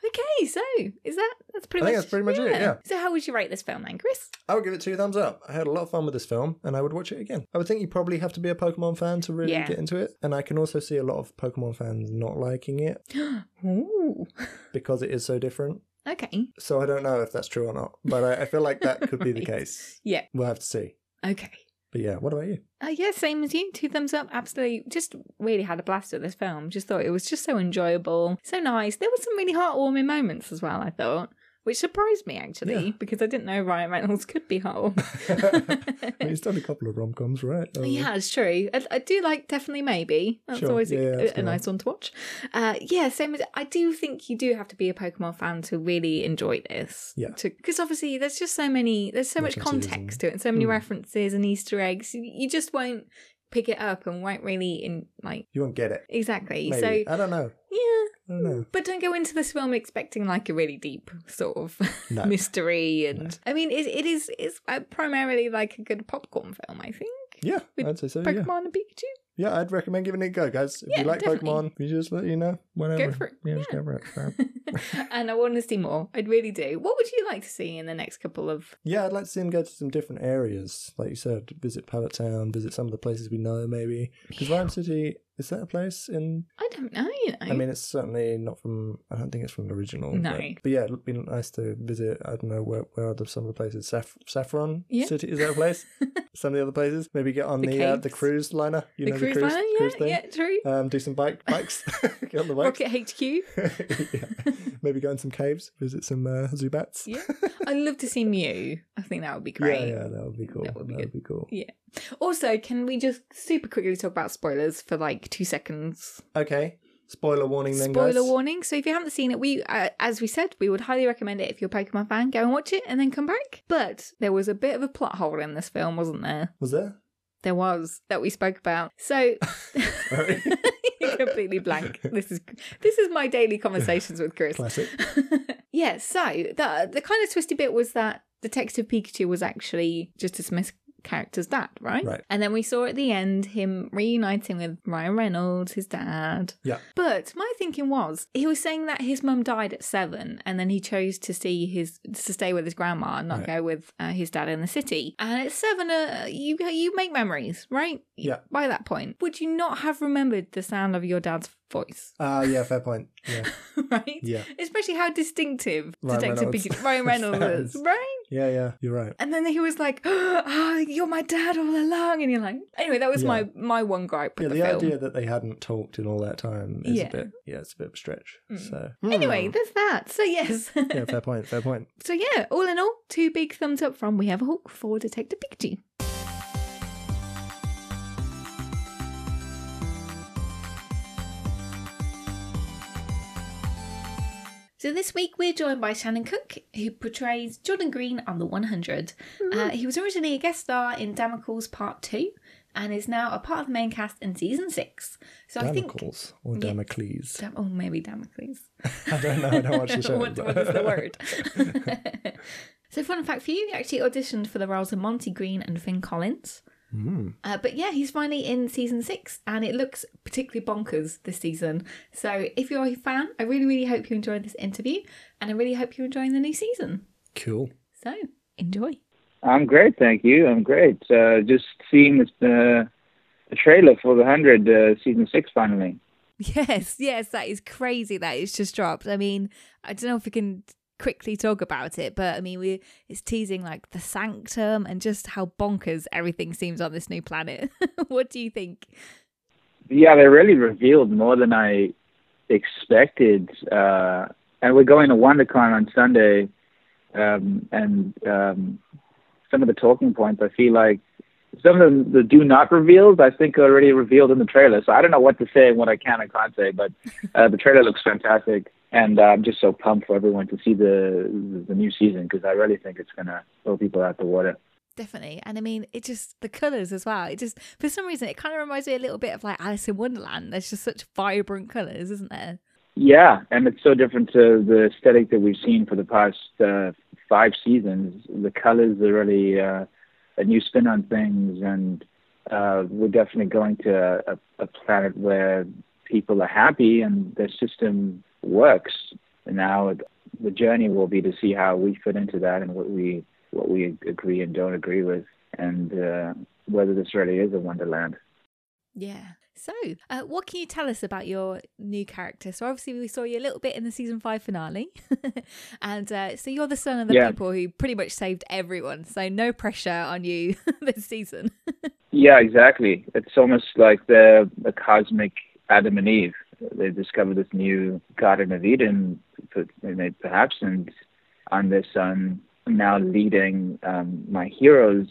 [SPEAKER 2] Okay, so is that that's pretty
[SPEAKER 3] I
[SPEAKER 2] much?
[SPEAKER 3] think that's pretty much it, yeah.
[SPEAKER 2] So how would you rate this film, then, Chris?
[SPEAKER 3] I would give it two thumbs up. I had a lot of fun with this film, and I would watch it again. I would think you probably have to be a Pokemon fan to really
[SPEAKER 2] Yeah.
[SPEAKER 3] get into it, and I can also see a lot of Pokemon fans not liking it
[SPEAKER 2] Ooh.
[SPEAKER 3] because it is so different.
[SPEAKER 2] Okay.
[SPEAKER 3] So I don't know if that's true or not, but I, I feel like that could be the
[SPEAKER 2] Right.
[SPEAKER 3] case.
[SPEAKER 2] Yeah.
[SPEAKER 3] We'll have to see.
[SPEAKER 2] Okay.
[SPEAKER 3] But yeah, what about you?
[SPEAKER 2] Uh, yeah, same as you. Two thumbs up. Absolutely. Just really had a blast at this film. Just thought it was just so enjoyable, so nice. There were some really heartwarming moments as well. I thought, which surprised me actually,
[SPEAKER 3] Yeah.
[SPEAKER 2] because I didn't know Ryan Reynolds could be heartwarming.
[SPEAKER 3] I mean, he's done a couple of rom coms, right? Um,
[SPEAKER 2] Yeah, it's true. I, I do like definitely maybe. That's
[SPEAKER 3] Sure.
[SPEAKER 2] always a-
[SPEAKER 3] Yeah, yeah, that's
[SPEAKER 2] a,
[SPEAKER 3] good.
[SPEAKER 2] nice one to watch. Uh, yeah, same as I do think you do have to be a Pokemon fan to really enjoy this.
[SPEAKER 3] Yeah.
[SPEAKER 2] Because obviously there's just so many, there's so much
[SPEAKER 3] References
[SPEAKER 2] context
[SPEAKER 3] and-
[SPEAKER 2] to it, and so many
[SPEAKER 3] Mm.
[SPEAKER 2] references and Easter eggs. You, you just won't pick it up and won't really in like
[SPEAKER 3] You won't get it.
[SPEAKER 2] exactly.
[SPEAKER 3] Maybe. Uh,
[SPEAKER 2] So
[SPEAKER 3] I don't know.
[SPEAKER 2] yeah.
[SPEAKER 3] I don't know.
[SPEAKER 2] But don't go into this film expecting like a really deep sort of
[SPEAKER 3] No.
[SPEAKER 2] mystery, and I mean, it, it is it's uh, primarily like a good popcorn film, I think.
[SPEAKER 3] Yeah,
[SPEAKER 2] With
[SPEAKER 3] I'd say so. Yeah.
[SPEAKER 2] Pokemon and Pikachu.
[SPEAKER 3] yeah, I'd recommend giving it a go, guys. If
[SPEAKER 2] Yeah,
[SPEAKER 3] you like
[SPEAKER 2] definitely.
[SPEAKER 3] Pokemon, you just let you know whatever.
[SPEAKER 2] for it.
[SPEAKER 3] Yeah, just go for it. Sure.
[SPEAKER 2] and I want to see more. I'd really do. What would you like to see in the next couple of?
[SPEAKER 3] Yeah, I'd like to see him go to some different areas, like you said, visit Pallet Town, visit some of the places we know, maybe. Because Rhyme City is that a place in?
[SPEAKER 2] I don't know. You know.
[SPEAKER 3] I mean, it's certainly not from. I don't think it's from the original.
[SPEAKER 2] No.
[SPEAKER 3] But, but yeah, it'd be nice to visit. I don't know where where are the, some of the places. Saf- Saffron
[SPEAKER 2] Yeah.
[SPEAKER 3] City is that a place? some of the other places. Maybe get on
[SPEAKER 2] The
[SPEAKER 3] the uh, the
[SPEAKER 2] caves.
[SPEAKER 3] cruise liner. You
[SPEAKER 2] the
[SPEAKER 3] know
[SPEAKER 2] cruise,
[SPEAKER 3] the cruise,
[SPEAKER 2] liner.
[SPEAKER 3] cruise
[SPEAKER 2] Yeah,
[SPEAKER 3] thing.
[SPEAKER 2] yeah, true.
[SPEAKER 3] Um, do some bike bikes. get on the bikes.
[SPEAKER 2] Rocket HQ.
[SPEAKER 3] yeah. Maybe go in some caves, visit some uh, Zubats.
[SPEAKER 2] Yeah, I'd love to see Mew. I think that would be
[SPEAKER 3] Yeah,
[SPEAKER 2] great.
[SPEAKER 3] yeah, that would be cool.
[SPEAKER 2] That would be good.
[SPEAKER 3] cool.
[SPEAKER 2] Yeah. Also, can we just super quickly talk about spoilers for like two seconds?
[SPEAKER 3] Okay. Spoiler warning then,
[SPEAKER 2] Spoiler
[SPEAKER 3] guys.
[SPEAKER 2] warning. So, if you haven't seen it, we, uh, as we said, we would highly recommend it if you're a Pokemon fan. Go and watch it and then come back. But there was a bit of a plot hole in this film, wasn't there?
[SPEAKER 3] Was there?
[SPEAKER 2] There was that we spoke about. So,
[SPEAKER 3] Sorry.
[SPEAKER 2] You're completely blank. This is this is my daily conversations with Chris.
[SPEAKER 3] Classic.
[SPEAKER 2] yeah, so the the kind of twisty bit was that Detective Pikachu was actually just a Smith character's dad, right?
[SPEAKER 3] Right.
[SPEAKER 2] And then we saw at the end him reuniting with Ryan Reynolds, his dad.
[SPEAKER 3] Yeah.
[SPEAKER 2] But my thinking was he was saying that his mum died at seven, and then he chose to see his to stay with his grandma and not
[SPEAKER 3] Right.
[SPEAKER 2] go with uh, his dad in the city. And at seven, uh, you you make memories, right?
[SPEAKER 3] Yeah.
[SPEAKER 2] By that point, would you not have remembered the sound of your dad's voice,
[SPEAKER 3] Ah, yeah, fair point. Yeah.
[SPEAKER 2] right?
[SPEAKER 3] Yeah.
[SPEAKER 2] Especially how distinctive
[SPEAKER 3] Ryan
[SPEAKER 2] Detective
[SPEAKER 3] Reynolds.
[SPEAKER 2] Pikachu, Ryan Reynolds, is,
[SPEAKER 3] Sounds.
[SPEAKER 2] right?
[SPEAKER 3] Yeah, yeah. You're right.
[SPEAKER 2] And then he was like, "Ah, you're my dad all along," and you're like, anyway, that was
[SPEAKER 3] Yeah.
[SPEAKER 2] my my one gripe
[SPEAKER 3] Yeah,
[SPEAKER 2] with
[SPEAKER 3] the,
[SPEAKER 2] the, film.
[SPEAKER 3] idea that they hadn't talked in all that time is
[SPEAKER 2] Yeah. Mm.
[SPEAKER 3] a bit yeah, it's a bit of a stretch. So
[SPEAKER 2] Anyway,
[SPEAKER 3] Hmm.
[SPEAKER 2] there's that. So yes.
[SPEAKER 3] Yeah, fair point, fair point.
[SPEAKER 2] So yeah, all in all, two big thumbs up from We Have a Hawk for Detective Pikachu. So this week we're joined by Shannon Cook, who portrays Jordan Green on The 100. Uh, he was originally a guest star in Damocles Part 2 and is now a part of the main cast in Season 6. So I think...
[SPEAKER 3] Damocles or Damocles.
[SPEAKER 2] Dam- oh, maybe Damocles.
[SPEAKER 3] I don't know, I don't watch the show.
[SPEAKER 2] what,
[SPEAKER 3] but-
[SPEAKER 2] what is the word? so, fun fact for you, he actually auditioned for the roles of Monty Green and Finn Collins.
[SPEAKER 3] Hmm.
[SPEAKER 2] Uh, but yeah, he's finally in season six, and it looks particularly bonkers this season. So, if you're a fan, I really, really hope you enjoyed this interview, and I really hope you're enjoying the new season.
[SPEAKER 3] Cool.
[SPEAKER 2] So, enjoy.
[SPEAKER 5] I'm great, thank you. I'm great. Uh, just seeing this, uh, the trailer for the hundred uh, season six finally.
[SPEAKER 2] Yes, yes, that is crazy that it's just dropped. I mean, I don't know if we can quickly talk about it, but I mean, we it's teasing like the sanctum and just how bonkers everything seems on this new planet. what do you think?
[SPEAKER 5] Yeah, they really revealed more than I expected. Uh, and we're going to WonderCon on Sunday, um, and um, some of the talking points I feel like some of the, the do not reveals I think are already revealed in the trailer. So I don't know what to say and what I can and can't say, but uh, the trailer looks fantastic. And uh, I'm just so pumped for everyone to see the the new season because I really think it's gonna throw people out the water.
[SPEAKER 2] definitely. And I mean, it just the colors as well. It just for some reason it kind of reminds me a little bit of like Alice in Wonderland. There's just such vibrant colors, isn't there?
[SPEAKER 5] Yeah, and it's so different to the aesthetic that we've seen for the past uh, five seasons. The colors are really uh, a new spin on things, and uh, we're definitely going to a, a planet where people are happy and the system works. And now it- the journey will be to see how we fit into that and what we what we agree and don't agree with, and uh, whether this really is a wonderland.
[SPEAKER 2] Yeah. So, uh, what can you tell us about your new character? So, obviously, we saw you a little bit in the season five finale, and uh, so you're the son of the
[SPEAKER 5] Yeah.
[SPEAKER 2] people who pretty much saved everyone. So, no pressure on you this season.
[SPEAKER 5] Yeah, exactly. It's almost like the the cosmic Adam and Eve. They discovered this new Garden of Eden, per- and they- perhaps, and on this son now leading um, my heroes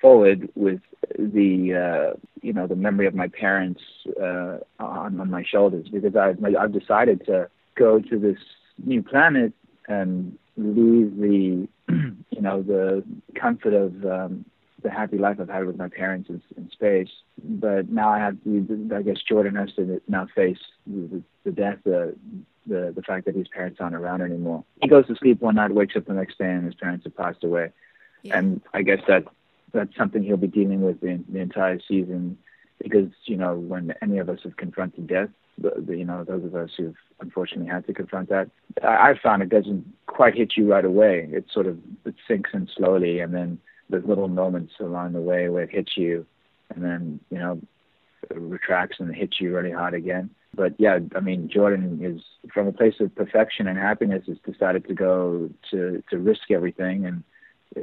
[SPEAKER 5] forward with the uh, you know the memory of my parents uh, on, on my shoulders because I've I've decided to go to this new planet and leave the you know the comfort of um, the happy life I've had with my parents in, in space. But now I have, to, I guess Jordan has to now face the, the death, the, the the fact that his parents aren't around anymore. He goes to sleep one night, wakes up the next day, and his parents have passed away.
[SPEAKER 2] Yeah.
[SPEAKER 5] And I guess that that's something he'll be dealing with the, the entire season, because you know when any of us have confronted death, the, the, you know those of us who've unfortunately had to confront that, I, I found it doesn't quite hit you right away. It sort of it sinks in slowly, and then there's little moments along the way where it hits you and then you know it retracts and hits you really hard again but yeah i mean jordan is from a place of perfection and happiness has decided to go to to risk everything and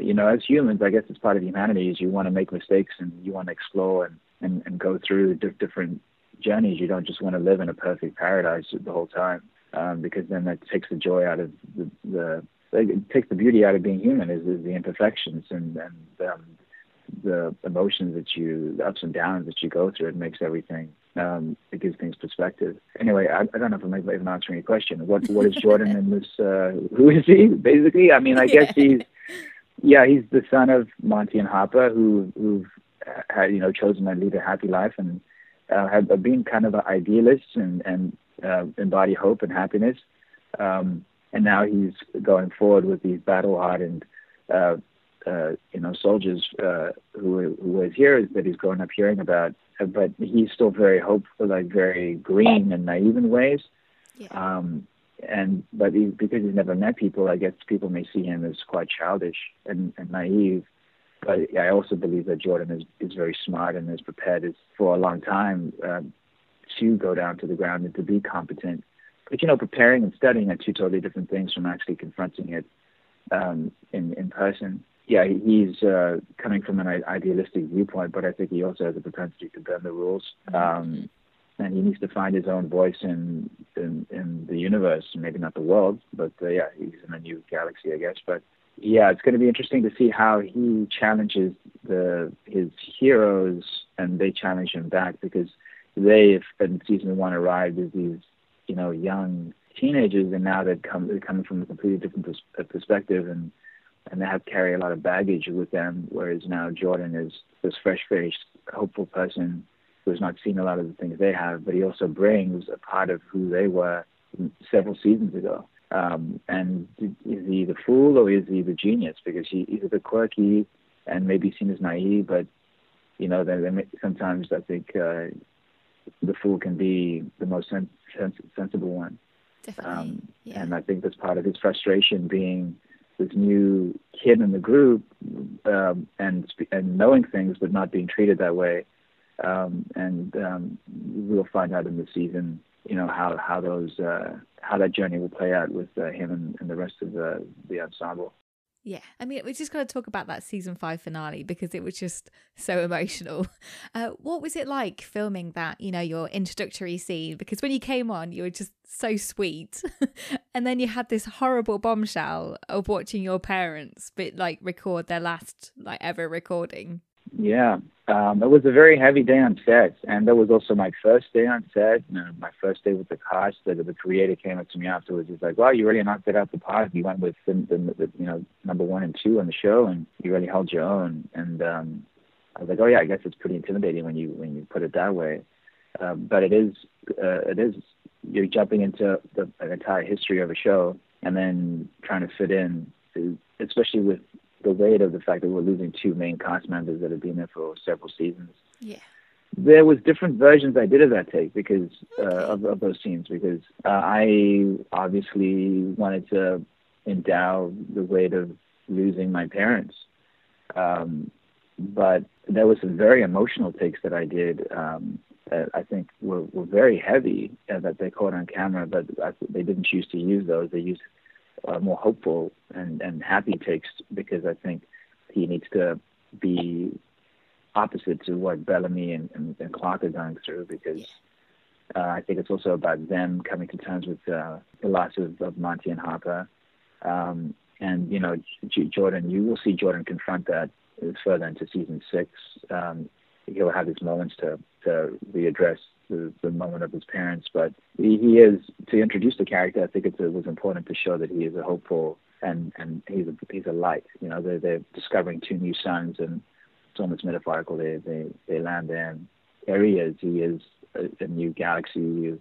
[SPEAKER 5] you know as humans i guess it's part of humanity is you want to make mistakes and you want to explore and and, and go through di- different journeys you don't just want to live in a perfect paradise the whole time um, because then that takes the joy out of the, the like, it takes the beauty out of being human is, is the imperfections and and um, the emotions that you, the ups and downs that you go through, it makes everything, um, it gives things perspective. Anyway, I, I don't know if I'm even answering your question. What What is Jordan in this? Uh, who is he? Basically, I mean, I guess he's, yeah, he's the son of Monty and Harper, who who've uh, had you know chosen to lead a happy life and uh, have have been kind of idealists and and uh, embody hope and happiness. Um, and now he's going forward with these battle-hardened uh, uh, you know soldiers uh, who who was here that he's grown up hearing about, but he's still very hopeful, like very green and naive in ways.
[SPEAKER 2] yeah.
[SPEAKER 5] Um, and but he, because he's never met people, I guess people may see him as quite childish and, and naive. But I also believe that Jordan is is very smart and is prepared is for a long time uh, to go down to the ground and to be competent. But you know, preparing and studying are two totally different things from actually confronting it um, in in person. Yeah, he's uh, coming from an i- idealistic viewpoint, but I think he also has a propensity to bend the rules. Um, and he needs to find his own voice in in, in the universe, maybe not the world, but uh, yeah, he's in a new galaxy, I guess. But yeah, it's going to be interesting to see how he challenges the his heroes, and they challenge him back because they, if in season one, arrived as these you know young teenagers, and now they're, come, they're coming from a completely different pers- uh, perspective, and and they have carry a lot of baggage with them. Whereas now Jordan is this fresh-faced, hopeful person who's not seen a lot of the things they have, but he also brings a part of who they were several seasons ago. Um, and is he the fool or is he the genius? Because he, he's the quirky and maybe seen as naive, but you know, they, they may, sometimes I think uh, the fool can be the most sen- sen- sensible one.
[SPEAKER 2] Definitely.
[SPEAKER 5] Um,
[SPEAKER 2] yeah.
[SPEAKER 5] And I think that's part of his frustration being this new kid in the group um, and sp- and knowing things but not being treated that way. Um, and um, we'll find out in the season, you know, how how those uh, how that journey will play out with uh, him and, and the rest of the the ensemble.
[SPEAKER 2] Yeah, I mean, we just got to talk about that season five finale because it was just so emotional. Uh, what was it like filming that, you know, your introductory scene? Because when you came on, you were just so sweet. and then you had this horrible bombshell of watching your parents, but like record their last, like, ever recording.
[SPEAKER 5] yeah, um, it was a very heavy day on set, and that was also my first day on set. You know, my first day with the cast. The, the creator came up to me afterwards. He's like, "Wow, you really knocked it out the park. You went with the, the, the you know number one and two on the show, and you really held your own." And um, I was like, "Oh yeah, I guess it's pretty intimidating when you when you put it that way." Uh, but it is uh, it is you're jumping into the, an entire history of a show and then trying to fit in, to, especially with the weight of the fact that we're losing two main cast members that have been there for several seasons.
[SPEAKER 2] Yeah.
[SPEAKER 5] There was different versions I did of that take because uh, of, of those scenes because uh, I obviously wanted to endow the weight of losing my parents. Um, but there were some very emotional takes that I did um, that I think were, were very heavy uh, that they caught on camera, but I, they didn't choose to use those. They used uh, more hopeful and, and happy takes because I think he needs to be opposite to what Bellamy and, and, and Clark are going through because uh, I think it's also about them coming to terms with uh, the loss of, of Monty and Harper. Um, and, you know, J- Jordan, you will see Jordan confront that further into season six. Um, he'll have his moments to, to readdress the, the moment of his parents, but he, he is to introduce the character. I think it's, it was important to show that he is a hopeful and and he's a he's a light. You know, they're, they're discovering two new suns, and it's almost metaphorical. They they they land there. And there he is. He is a, a new galaxy of,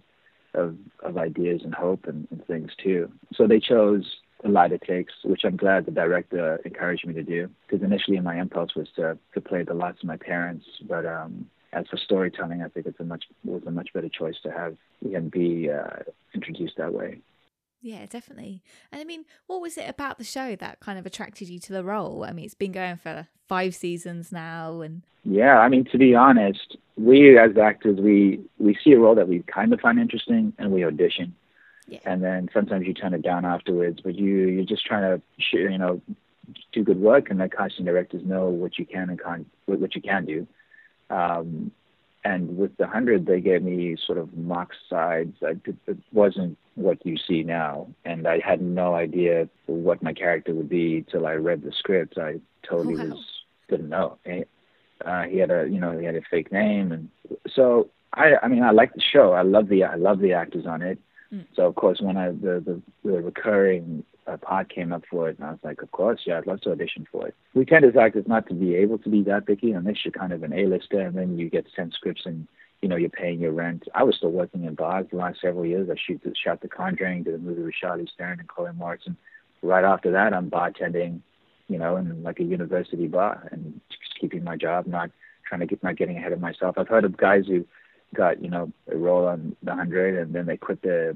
[SPEAKER 5] of of ideas and hope and, and things too. So they chose the lighter takes, which I'm glad the director encouraged me to do. Because initially my impulse was to to play the loss of my parents, but um, as for storytelling, I think it's a much was a much better choice to have and be uh, introduced that way.
[SPEAKER 2] Yeah, definitely. And I mean, what was it about the show that kind of attracted you to the role? I mean, it's been going for five seasons now, and
[SPEAKER 5] Yeah, I mean to be honest, we as actors we we see a role that we kind of find interesting and we audition,
[SPEAKER 2] Yeah.
[SPEAKER 5] and then sometimes you turn it down afterwards. But you you're just trying to sh- you know do good work, and the casting directors know what you can and can't what what you can do. Um, and with the hundred, they gave me sort of mock sides. I, it it wasn't what you see now, and I had no idea what my character would be till I read the script. I totally
[SPEAKER 2] Wow.
[SPEAKER 5] was didn't know. And, Uh, he had a you know he had a fake name, and so I I mean I like the show. I love the I love the actors on it. So of course when I the the, the recurring uh, pod came up for it, and I was like, of course, yeah, I'd love to audition for it. We tend as actors not to be able to be that picky unless you're kind of an A-lister, and then you get sent scripts and you know you're paying your rent. I was still working in bars the last several years. I shoot the, shot The Conjuring, did a movie with Charlize Theron and Chloe Morrison. Right after that, I'm bartending, you know, in like a university bar and just keeping my job, not trying to get not getting ahead of myself. I've heard of guys who got you know a role on the hundred and then they quit their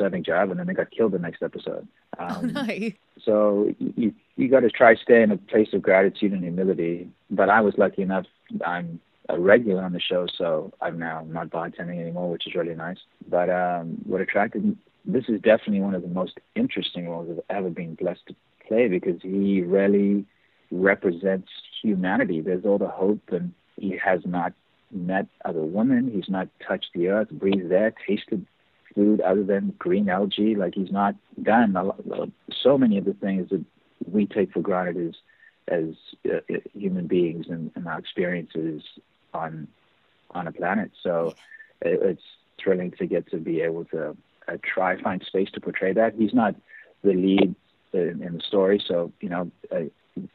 [SPEAKER 5] serving job and then they got killed the next episode. Um,
[SPEAKER 2] oh no,
[SPEAKER 5] so you you got to try stay in a place of gratitude and humility. But I was lucky enough. I'm a regular on the show, so I'm now not bartending anymore, which is really nice. But um, what attracted me, this is definitely one of the most interesting roles I've ever been blessed to play because he really represents humanity. There's all the hope, and he has not met other women. He's not touched the earth, breathed air, tasted food other than green algae. Like he's not done a lot, uh, so many of the things that we take for granted as as uh, uh, human beings and, and our experiences on on a planet. So it, it's thrilling to get to be able to uh, try find space to portray that. He's not the lead in, in the story, so you know uh,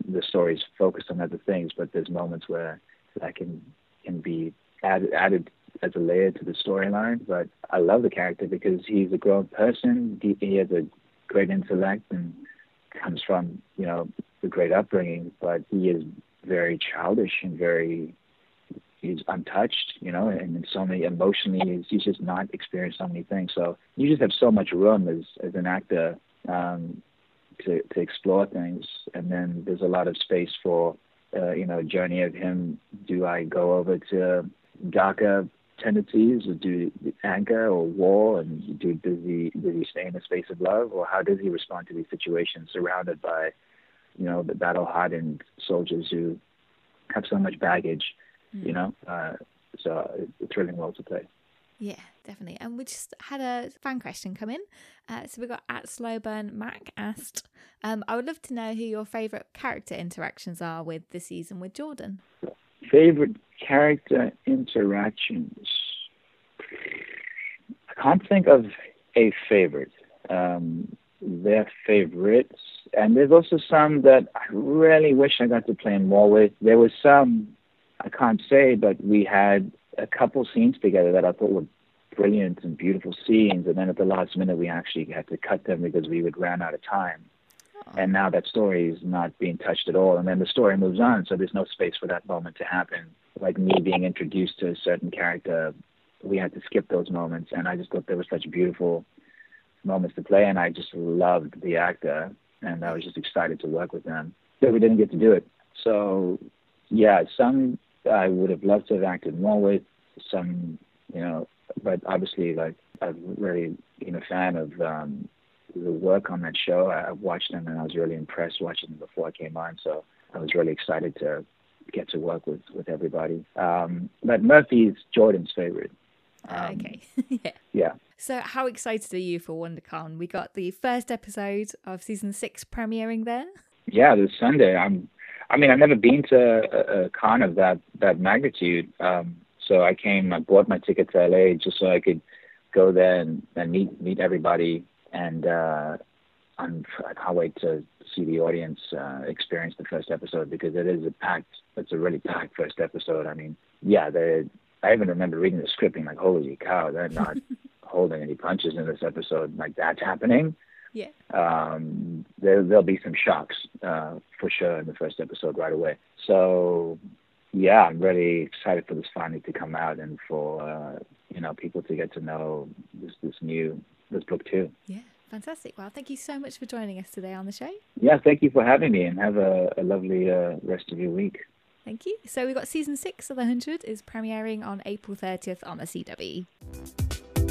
[SPEAKER 5] the story's focused on other things, but there's moments where that can can be added added as a layer to the storyline. But I love the character because he's a grown person. He, he has a great intellect and comes from you know a great upbringing, but he is very childish and very he's untouched, you know, and in so many emotionally he's, he's just not experienced so many things. So you just have so much room as as an actor um, to to explore things, and then there's a lot of space for uh, you know a journey of him. Do I go over to darker tendencies, or do anger or war, and do does he does he stay in the space of love, or how does he respond to these situations surrounded by you know the battle hardened soldiers who have so much baggage, you know. Uh, so it's a thrilling role to play.
[SPEAKER 2] yeah, definitely. And we just had a fan question come in. Uh, so we got at Slowburn Mac asked, um, I would love to know who your favourite character interactions are with the season with Jordan.
[SPEAKER 5] favorite character interactions. I can't think of a favorite. Um, they're favorites, and there's also some that I really wish I got to play more with. There was some I can't say, but we had a couple scenes together that I thought were brilliant and beautiful scenes, and then at the last minute we actually had to cut them because we would ran out of time. And now that story is not being touched at all, and then the story moves on, so there's no space for that moment to happen. Like me being introduced to a certain character, we had to skip those moments, and I just thought they were such beautiful moments to play, and I just loved the actor, and I was just excited to work with them. But we didn't get to do it, so yeah, some I would have loved to have acted more with, some, you know, but obviously, like, I've really been a fan of um, the work on that show. I, I've watched them and I was really impressed watching them before I came on, so I was really excited to get to work with, with everybody. Um, but Murphy's Jordan's favorite.
[SPEAKER 2] Ah,
[SPEAKER 5] Um,
[SPEAKER 2] okay. yeah.
[SPEAKER 5] Yeah.
[SPEAKER 2] So, how excited are you for WonderCon? We got the first episode of season six premiering there.
[SPEAKER 5] yeah, this Sunday. I'm, I mean, I've never been to a, a con of that that magnitude. Um, so I came, I bought my ticket to LA just so I could go there and, and meet meet everybody. And uh, I'm, I can't wait to see the audience uh, experience the first episode because it is a packed. It's a really packed first episode. I mean, yeah, they. I even remember reading the script being like, "Holy cow, they're not holding any punches in this episode. Like that's happening."
[SPEAKER 2] Yeah.
[SPEAKER 5] um, there, there'll be some shocks uh, for sure in the first episode right away. So, yeah, I'm really excited for this finally to come out and for uh, you know people to get to know this this new this book too.
[SPEAKER 2] Yeah. Fantastic. Well, thank you so much for joining us today on the show.
[SPEAKER 5] Yeah, thank you for having me, and have a, a lovely uh, rest of your week.
[SPEAKER 2] Thank you. So, we've got season six of The 100 is premiering on April 30th on the CW.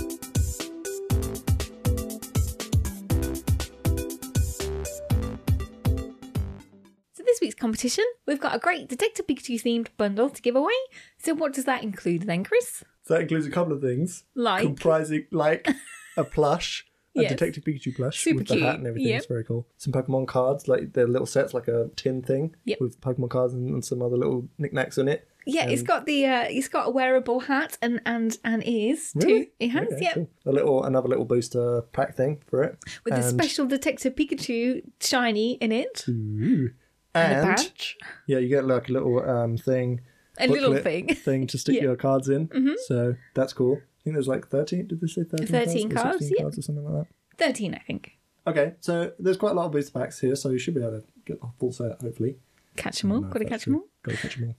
[SPEAKER 2] So this week's competition, we've got a great Detective Pikachu themed bundle to give away. So what does that include then, Chris?
[SPEAKER 3] So that includes a couple of things.
[SPEAKER 2] Like?
[SPEAKER 3] Comprising, like, a plush. A
[SPEAKER 2] Yes.
[SPEAKER 3] Detective Pikachu plush
[SPEAKER 2] Super
[SPEAKER 3] with
[SPEAKER 2] cute.
[SPEAKER 3] the hat and everything.
[SPEAKER 2] Yep.
[SPEAKER 3] It's very cool. Some Pokemon cards, like they're little sets, like a tin thing
[SPEAKER 2] Yep.
[SPEAKER 3] with Pokemon cards and, and some other little knickknacks in it.
[SPEAKER 2] Yeah, it's got the uh, it's got a wearable hat and and and ears too. It has,
[SPEAKER 3] Okay,
[SPEAKER 2] yeah,
[SPEAKER 3] cool. A little, another little booster pack thing for it.
[SPEAKER 2] with
[SPEAKER 3] and,
[SPEAKER 2] a special Detective Pikachu shiny in it,
[SPEAKER 3] and,
[SPEAKER 2] a badge,
[SPEAKER 3] Yeah, you get like a little um thing.
[SPEAKER 2] a little
[SPEAKER 3] booklet
[SPEAKER 2] thing.
[SPEAKER 3] thing to stick
[SPEAKER 2] Yeah. Mm-hmm.
[SPEAKER 3] your cards in. So that's cool. I think there's like 13. Did they say 13,
[SPEAKER 2] 13
[SPEAKER 3] cards?
[SPEAKER 2] cards,
[SPEAKER 3] or 16
[SPEAKER 2] yeah.
[SPEAKER 3] cards or something like that.
[SPEAKER 2] Thirteen, I think.
[SPEAKER 3] Okay, so there's quite a lot of booster packs here, so you should be able to get the full set, hopefully. uh,
[SPEAKER 2] Catch them all. Got to catch them all.
[SPEAKER 3] Got to catch 'em all.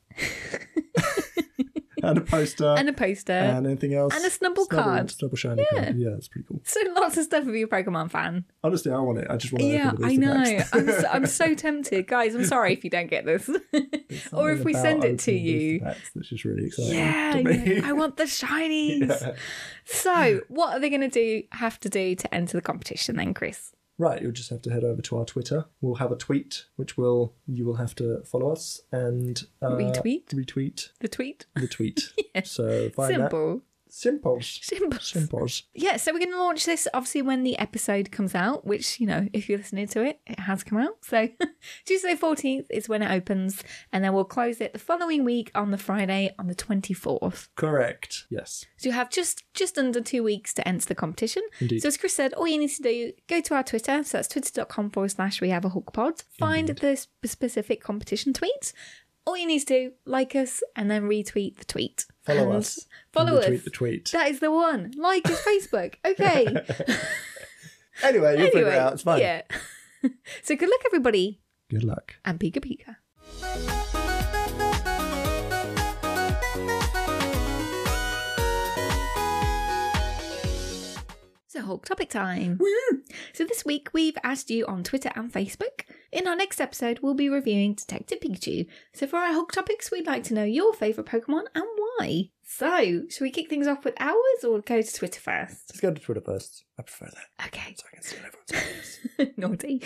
[SPEAKER 3] and a poster.
[SPEAKER 2] And a poster.
[SPEAKER 3] and anything else.
[SPEAKER 2] and a Snubble card.
[SPEAKER 3] Snubble shiny card. Yeah, that's pretty cool.
[SPEAKER 2] so lots of stuff if you're a Pokemon fan.
[SPEAKER 3] Honestly, I want it. I just want to
[SPEAKER 2] yeah,
[SPEAKER 3] open the
[SPEAKER 2] I
[SPEAKER 3] booster
[SPEAKER 2] know.
[SPEAKER 3] packs.
[SPEAKER 2] I'm so, I'm so tempted, guys. I'm sorry if you don't get this, or if we
[SPEAKER 3] About
[SPEAKER 2] send it to
[SPEAKER 3] opening booster
[SPEAKER 2] you.
[SPEAKER 3] Packs, that's just really exciting.
[SPEAKER 2] Yeah,
[SPEAKER 3] to me.
[SPEAKER 2] yeah, I want the shinies. So, what are they going to do? Have to do to enter the competition then, Chris?
[SPEAKER 3] Right, you'll just have to head over to our Twitter. We'll have a tweet, which will you will have to follow us and uh,
[SPEAKER 2] Retweet?
[SPEAKER 3] retweet
[SPEAKER 2] The tweet.
[SPEAKER 3] the tweet. So
[SPEAKER 2] Simple.
[SPEAKER 3] find that. Simples.
[SPEAKER 2] Simples.
[SPEAKER 3] Simples.
[SPEAKER 2] Yeah, so we're going to launch this obviously when the episode comes out, which, you know, if you're listening to it, it has come out. So Tuesday 14th is when it opens, and then we'll close it the following week on the Friday on the 24th.
[SPEAKER 3] Correct. Yes.
[SPEAKER 2] So you have just just under two weeks to enter the competition. So as Chris said, all you need to do, go to our Twitter. So that's twitter.com forward slash we have a hook pod. Find the sp- specific competition tweet. All you need to do, like us and then retweet the tweet.
[SPEAKER 3] Follow
[SPEAKER 2] And
[SPEAKER 3] us.
[SPEAKER 2] Follow
[SPEAKER 3] and retweet
[SPEAKER 2] us.
[SPEAKER 3] the tweet.
[SPEAKER 2] That is the one. Like is Facebook. Okay.
[SPEAKER 3] Anyway, you'll figure
[SPEAKER 2] anyway,
[SPEAKER 3] it out. It's fine.
[SPEAKER 2] yeah. so good luck, everybody,
[SPEAKER 3] Good luck.
[SPEAKER 2] and pika pika. So, Hulk topic time. So, this week we've asked you on Twitter and Facebook. In our next episode, we'll be reviewing Detective Pikachu. So, for our Hulk topics, we'd like to know your favourite Pokemon and why. So, should we kick things off with ours or go to Twitter first?
[SPEAKER 3] Let's go to Twitter first. I prefer that.
[SPEAKER 2] Okay.
[SPEAKER 3] So I can see what everyone's ideas.
[SPEAKER 2] Naughty.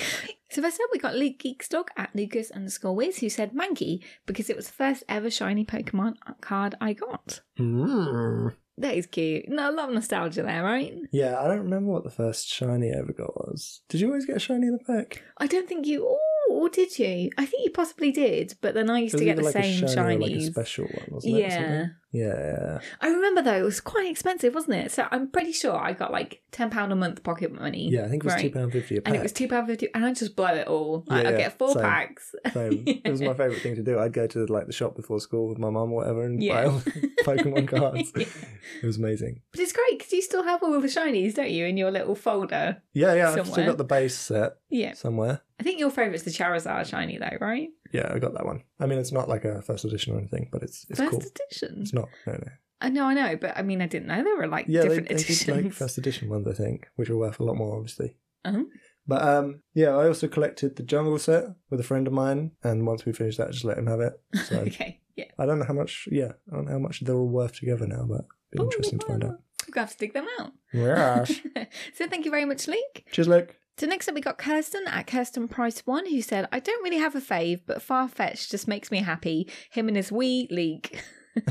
[SPEAKER 2] So first up, we got Luke Geekstock at Lucas underscore Wiz, who said Mankey because it was the first ever shiny Pokemon card I got.
[SPEAKER 3] Hmm.
[SPEAKER 2] That is cute. No, a lot of nostalgia there, right?
[SPEAKER 3] Yeah, I don't remember what the first shiny I ever got was. Did you always get a shiny in the pack?
[SPEAKER 2] I don't think you. Oh, Or did you? I think you possibly did, but then I used
[SPEAKER 3] It was
[SPEAKER 2] to get
[SPEAKER 3] either
[SPEAKER 2] the
[SPEAKER 3] like a
[SPEAKER 2] same
[SPEAKER 3] shiny or like a
[SPEAKER 2] Chinese.
[SPEAKER 3] special one, wasn't it? or something?
[SPEAKER 2] yeah.
[SPEAKER 3] Yeah.
[SPEAKER 2] I remember though, it was quite expensive, wasn't it? So I'm pretty sure I got like £10 a month pocket money.
[SPEAKER 3] Yeah, I think it was
[SPEAKER 2] Right.
[SPEAKER 3] £2.50 a pack.
[SPEAKER 2] And it was £2.50, and I'd just blow it all. Like,
[SPEAKER 3] Yeah,
[SPEAKER 2] I'd get four
[SPEAKER 3] same.
[SPEAKER 2] packs.
[SPEAKER 3] So it was my favourite thing to do. I'd go to like the shop before school with my mum or whatever and buy
[SPEAKER 2] Yeah.
[SPEAKER 3] all the Pokemon cards. It was amazing.
[SPEAKER 2] But it's great because you still have all the shinies, don't you, in your little folder?
[SPEAKER 3] Yeah, yeah. I've still
[SPEAKER 2] Somewhere.
[SPEAKER 3] got the base set
[SPEAKER 2] Yeah.
[SPEAKER 3] somewhere.
[SPEAKER 2] I think your favourite's the Charizard shiny, though, right?
[SPEAKER 3] Yeah, I got that one. I mean, it's not like a first edition or anything, but it's it's
[SPEAKER 2] first
[SPEAKER 3] cool.
[SPEAKER 2] edition.
[SPEAKER 3] It's not. No, no.
[SPEAKER 2] I know, I know, but I mean, I didn't know there were like
[SPEAKER 3] Yeah, they,
[SPEAKER 2] different
[SPEAKER 3] they did
[SPEAKER 2] editions.
[SPEAKER 3] make first edition ones, I think, which are worth a lot more, obviously.
[SPEAKER 2] Uh-huh.
[SPEAKER 3] But um, yeah, I also collected the jungle set with a friend of mine, and once we finished that, I just let him have it. So
[SPEAKER 2] okay, yeah.
[SPEAKER 3] I don't know how much. Yeah, I don't know how much they're all worth together now, but
[SPEAKER 2] Oh,
[SPEAKER 3] it'd be interesting to find out.
[SPEAKER 2] We're gonna have to dig them out.
[SPEAKER 3] Yeah.
[SPEAKER 2] so thank you very much, Link.
[SPEAKER 3] Cheers, Luke.
[SPEAKER 2] So next up, we got Kirsten at Kirsten Price One, who said, "I don't really have a fave, but Farfetch just makes me happy. Him and his wee leak."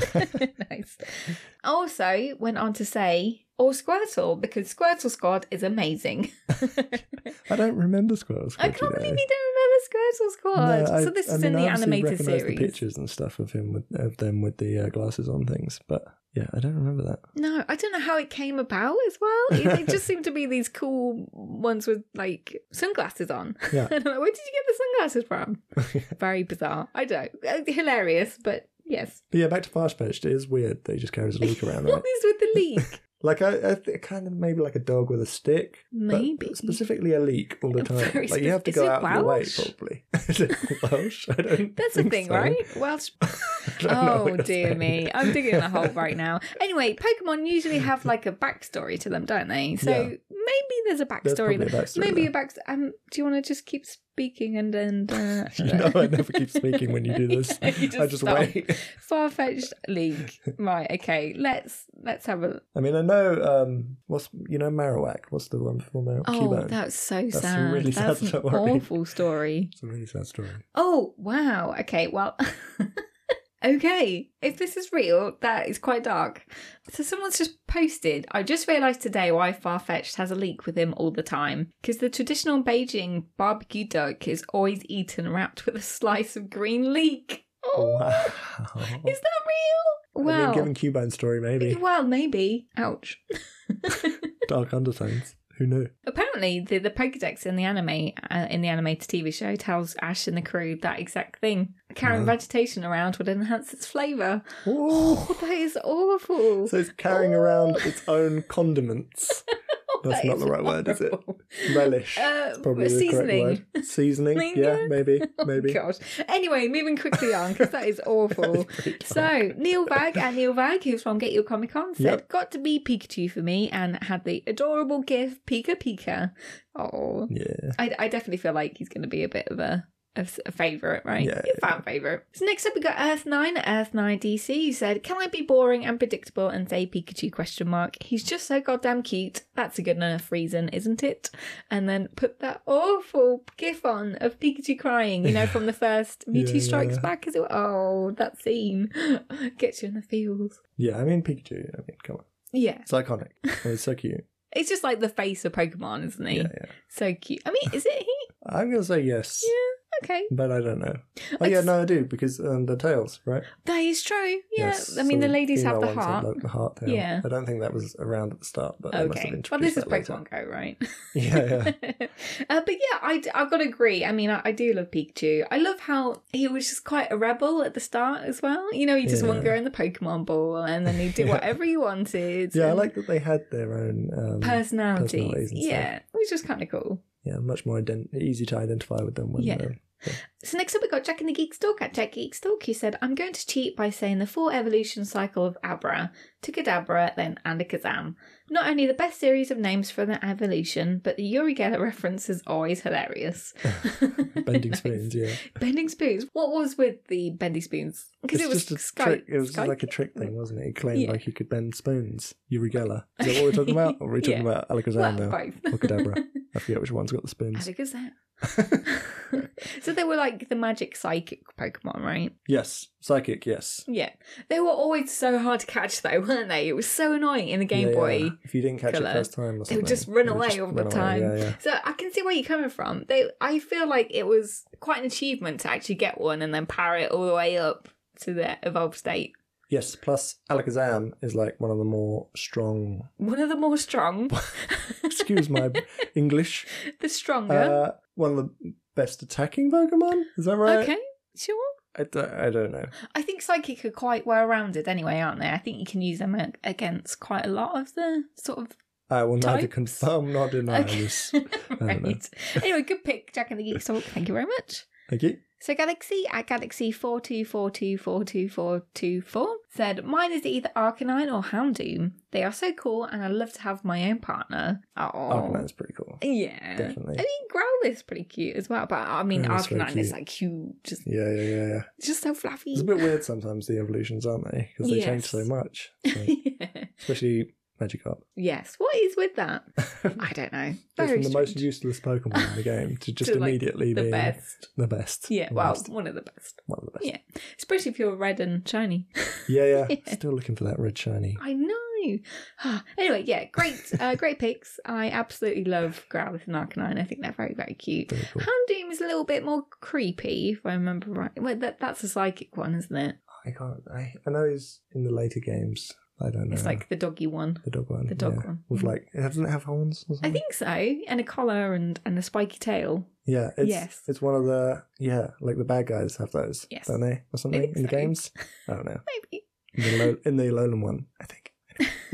[SPEAKER 2] nice. Also went on to say, "Or Squirtle because Squirtle Squad is amazing."
[SPEAKER 3] I don't remember Squirrels.
[SPEAKER 2] I can't believe you don't remember Squirtle Squad. so this is in the animated
[SPEAKER 3] The
[SPEAKER 2] series.
[SPEAKER 3] pictures and stuff of him with of them with the uh, glasses on things, but yeah, I don't remember that.
[SPEAKER 2] No, I don't know how it came about as well. It, it just seemed to be these cool ones with like sunglasses on.
[SPEAKER 3] Yeah.
[SPEAKER 2] and I'm like, where did you get the sunglasses from? Very bizarre. I don't. uh, Hilarious, but yes.
[SPEAKER 3] But yeah, back to Fast Pitch. It is weird that he just carries a leak around, right?
[SPEAKER 2] What is with the leak?
[SPEAKER 3] Like I, I th- kind of maybe like a dog with a stick, but
[SPEAKER 2] Maybe.
[SPEAKER 3] specifically a leak all the time.
[SPEAKER 2] Very
[SPEAKER 3] like you have to
[SPEAKER 2] spec- is
[SPEAKER 3] go
[SPEAKER 2] it
[SPEAKER 3] out of your way,
[SPEAKER 2] Welsh?
[SPEAKER 3] probably. is it Welsh? I don't.
[SPEAKER 2] That's the
[SPEAKER 3] think
[SPEAKER 2] thing,
[SPEAKER 3] so.
[SPEAKER 2] right? Welsh.
[SPEAKER 3] don't know what
[SPEAKER 2] Oh
[SPEAKER 3] you're
[SPEAKER 2] dear
[SPEAKER 3] saying.
[SPEAKER 2] me, I'm digging a hole right now. Anyway, Pokemon usually have like a backstory to them, don't they? So
[SPEAKER 3] Yeah.
[SPEAKER 2] maybe there's a
[SPEAKER 3] There's
[SPEAKER 2] backstory.
[SPEAKER 3] probably a backstory.
[SPEAKER 2] maybe
[SPEAKER 3] there.
[SPEAKER 2] a backstory. Um, do you want to just keep speaking and and? Uh,
[SPEAKER 3] You know, I never keep speaking when you do this.
[SPEAKER 2] Yeah, you
[SPEAKER 3] I just
[SPEAKER 2] stop.
[SPEAKER 3] wait.
[SPEAKER 2] Far-fetched league. Right, okay. Let's let's have a
[SPEAKER 3] I mean, I know. Um, what's you know Marowak? What's the one before Marowak?
[SPEAKER 2] Oh,
[SPEAKER 3] Cubone.
[SPEAKER 2] that's so
[SPEAKER 3] That's a
[SPEAKER 2] sad.
[SPEAKER 3] really sad
[SPEAKER 2] that's an
[SPEAKER 3] story.
[SPEAKER 2] awful story.
[SPEAKER 3] It's a really sad story.
[SPEAKER 2] Oh, wow. Okay, well Okay. If this is real, that is quite dark. So someone's just posted, I just realised today why Farfetched has a leak with him all the time. Because the traditional Beijing barbecue duck is always eaten wrapped with a slice of green leek. Oh,
[SPEAKER 3] Wow.
[SPEAKER 2] is that real? Well,
[SPEAKER 3] I mean, given Cubone story, maybe
[SPEAKER 2] well, maybe. Ouch.
[SPEAKER 3] dark undertones. Who knew?
[SPEAKER 2] Apparently, the, the Pokedex in the anime, uh, in the animated TV show, tells Ash and the crew that exact thing. Carrying vegetation around would enhance its flavour.
[SPEAKER 3] Oh,
[SPEAKER 2] That is awful.
[SPEAKER 3] so it's carrying around its own condiments.
[SPEAKER 2] Oh,
[SPEAKER 3] That's
[SPEAKER 2] That
[SPEAKER 3] not
[SPEAKER 2] is
[SPEAKER 3] the right word, is it?
[SPEAKER 2] horrible.
[SPEAKER 3] Relish.
[SPEAKER 2] Uh,
[SPEAKER 3] is probably the
[SPEAKER 2] seasoning.
[SPEAKER 3] correct word. Seasoning.
[SPEAKER 2] Seasoning,
[SPEAKER 3] yeah,
[SPEAKER 2] yeah.
[SPEAKER 3] maybe,
[SPEAKER 2] Oh,
[SPEAKER 3] maybe.
[SPEAKER 2] gosh. Anyway, moving quickly on because that is awful. so Neil Vag and Neil Vag, who's from Get Your Comic Con, said,
[SPEAKER 3] Yep.
[SPEAKER 2] "Got to be Pikachu for me," and had the adorable gif Pika Pika. Oh,
[SPEAKER 3] Yeah.
[SPEAKER 2] I, I definitely feel like he's going to be a bit of a a, favorite, right?
[SPEAKER 3] Yeah,
[SPEAKER 2] a fan favorite. So next up, we got Earth Nine, Earth Nine DC. who said, "Can I be boring and predictable and say Pikachu question mark? He's just so goddamn cute. That's a good enough reason, isn't it?" And then put that awful gif on of Pikachu crying. You know, from the first Mewtwo
[SPEAKER 3] Yeah,
[SPEAKER 2] Strikes
[SPEAKER 3] yeah.
[SPEAKER 2] Back. As well. Oh, that scene gets you in the feels.
[SPEAKER 3] Yeah, I mean Pikachu. I mean, come on,
[SPEAKER 2] Yeah,
[SPEAKER 3] it's iconic. And it's so cute.
[SPEAKER 2] it's just like the face of Pokemon, isn't he?
[SPEAKER 3] Yeah, yeah.
[SPEAKER 2] So cute. I mean, is it he?
[SPEAKER 3] I'm gonna say yes,
[SPEAKER 2] Okay.
[SPEAKER 3] but I don't know. Oh
[SPEAKER 2] I
[SPEAKER 3] yeah,
[SPEAKER 2] just-
[SPEAKER 3] no, I do because um, the tails, right?
[SPEAKER 2] That is true. Yeah.
[SPEAKER 3] Yes,
[SPEAKER 2] I mean,
[SPEAKER 3] so
[SPEAKER 2] the ladies have the
[SPEAKER 3] female ones had,
[SPEAKER 2] heart.
[SPEAKER 3] like, the heart tail.
[SPEAKER 2] Yeah.
[SPEAKER 3] I don't think that was around at the start, but they must have
[SPEAKER 2] Okay. Well, this
[SPEAKER 3] introduced
[SPEAKER 2] is
[SPEAKER 3] that later.
[SPEAKER 2] Pokemon Go, right?
[SPEAKER 3] Yeah, yeah.
[SPEAKER 2] uh, but yeah, I, have got to agree. I mean, I, I do love Pikachu. I love how he was just quite a rebel at the start as well. You know, he just wouldn't
[SPEAKER 3] Yeah.
[SPEAKER 2] go in the Pokemon ball and then he'd do whatever he wanted.
[SPEAKER 3] Yeah, I
[SPEAKER 2] and
[SPEAKER 3] like that they had their own um,
[SPEAKER 2] personalities.
[SPEAKER 3] personalities and stuff.
[SPEAKER 2] yeah, it was just kind of cool.
[SPEAKER 3] Yeah, much more ident- easy to identify with them when
[SPEAKER 2] Yeah.
[SPEAKER 3] they're
[SPEAKER 2] So next up we got Jack and the Geek Stalk at Jack Geek Stalk who said, I'm going to cheat by saying the full evolution cycle of Abra to Kadabra, then Andakazam. Not only the best series of names for the evolution, but the Yuri Geller reference is always hilarious.
[SPEAKER 3] bending spoons. Yeah,
[SPEAKER 2] Bending spoons. What was with the bending spoons? Because it was
[SPEAKER 3] just a
[SPEAKER 2] Sky-
[SPEAKER 3] trick. It was
[SPEAKER 2] Sky-
[SPEAKER 3] like a trick thing, wasn't it? He claimed
[SPEAKER 2] Yeah.
[SPEAKER 3] like he could bend spoons. Urigella. Is that what we're talking about? Or are we talking
[SPEAKER 2] Yeah.
[SPEAKER 3] about Alakazam
[SPEAKER 2] Well,
[SPEAKER 3] now?
[SPEAKER 2] both.
[SPEAKER 3] Or Kadabra? I forget which one's got the spoons.
[SPEAKER 2] Alakazam. So they were like the magic psychic Pokemon, right?
[SPEAKER 3] Yes, psychic. Yes,
[SPEAKER 2] Yeah. They were always so hard to catch, though, weren't they? It was so annoying in the Game
[SPEAKER 3] Yeah,
[SPEAKER 2] Boy.
[SPEAKER 3] yeah. If you didn't catch
[SPEAKER 2] Color.
[SPEAKER 3] it first time, or
[SPEAKER 2] They would
[SPEAKER 3] something,
[SPEAKER 2] just run
[SPEAKER 3] it would
[SPEAKER 2] away
[SPEAKER 3] just
[SPEAKER 2] all the
[SPEAKER 3] run away,
[SPEAKER 2] time.
[SPEAKER 3] Yeah, yeah.
[SPEAKER 2] So I can see where you're coming from. They, I feel like it was quite an achievement to actually get one and then power it all the way up to their evolved state.
[SPEAKER 3] Yes. Plus, Alakazam is like one of the more strong.
[SPEAKER 2] One of the more strong,
[SPEAKER 3] Excuse my English.
[SPEAKER 2] the stronger.
[SPEAKER 3] Uh, one of the best attacking Pokemon. Is that Uh, right?
[SPEAKER 2] okay, sure.
[SPEAKER 3] I don't, I don't know.
[SPEAKER 2] I think psychic are quite well rounded anyway, aren't they? I think you can use them a- against quite a lot of the sort of
[SPEAKER 3] I will neither
[SPEAKER 2] Types?
[SPEAKER 3] confirm nor deny this. don't know.
[SPEAKER 2] right. Anyway, good pick, Jack and the Geek Talk. Thank you very much.
[SPEAKER 3] Thank you.
[SPEAKER 2] So Galaxy at Galaxy four two four two four two four two four said, "Mine is either Arcanine or Houndoom. They are so cool, and I love to have my own partner." Oh,
[SPEAKER 3] Arcanine's pretty cool.
[SPEAKER 2] yeah,
[SPEAKER 3] Definitely.
[SPEAKER 2] I mean, Growl is pretty cute as well, but I mean,
[SPEAKER 3] Growlithe's very
[SPEAKER 2] Arcanine is
[SPEAKER 3] cute.
[SPEAKER 2] like huge, just
[SPEAKER 3] Yeah, yeah, yeah, yeah.
[SPEAKER 2] just so fluffy.
[SPEAKER 3] It's a bit weird sometimes the evolutions, aren't they? Because they change
[SPEAKER 2] Yes.
[SPEAKER 3] so much, Like, especially Magikarp.
[SPEAKER 2] Yes, what is with that? I don't know.
[SPEAKER 3] It's
[SPEAKER 2] Very
[SPEAKER 3] from the most
[SPEAKER 2] strange.
[SPEAKER 3] useless Pokemon in the game to just
[SPEAKER 2] To, like,
[SPEAKER 3] immediately
[SPEAKER 2] the
[SPEAKER 3] be
[SPEAKER 2] best.
[SPEAKER 3] the best.
[SPEAKER 2] Yeah,
[SPEAKER 3] The
[SPEAKER 2] well,
[SPEAKER 3] best.
[SPEAKER 2] one of the best.
[SPEAKER 3] one of the best.
[SPEAKER 2] Yeah, especially if you're red and shiny.
[SPEAKER 3] Yeah, yeah. Still looking for that red shiny.
[SPEAKER 2] I know. anyway, yeah, great, uh, great picks. I absolutely love Growlithe and Arcanine. I think they're very, very cute.
[SPEAKER 3] Very cool.
[SPEAKER 2] Houndoom is a little bit more creepy, if I remember right. Well, that, that's a psychic one, isn't it?
[SPEAKER 3] I can't. I, I know he's in the later games. I don't know.
[SPEAKER 2] It's like the doggy one.
[SPEAKER 3] the dog one.
[SPEAKER 2] the dog
[SPEAKER 3] yeah.
[SPEAKER 2] one. Mm-hmm.
[SPEAKER 3] With like, it doesn't it have horns or something?
[SPEAKER 2] I think so, and a collar and and a spiky tail.
[SPEAKER 3] Yeah, it's
[SPEAKER 2] Yes.
[SPEAKER 3] it's one of the yeah, like the bad guys have those,
[SPEAKER 2] Yes.
[SPEAKER 3] don't they, or something
[SPEAKER 2] think
[SPEAKER 3] in the
[SPEAKER 2] so.
[SPEAKER 3] games? I don't know.
[SPEAKER 2] Maybe.
[SPEAKER 3] In the, Lo- in the Alolan one, I think.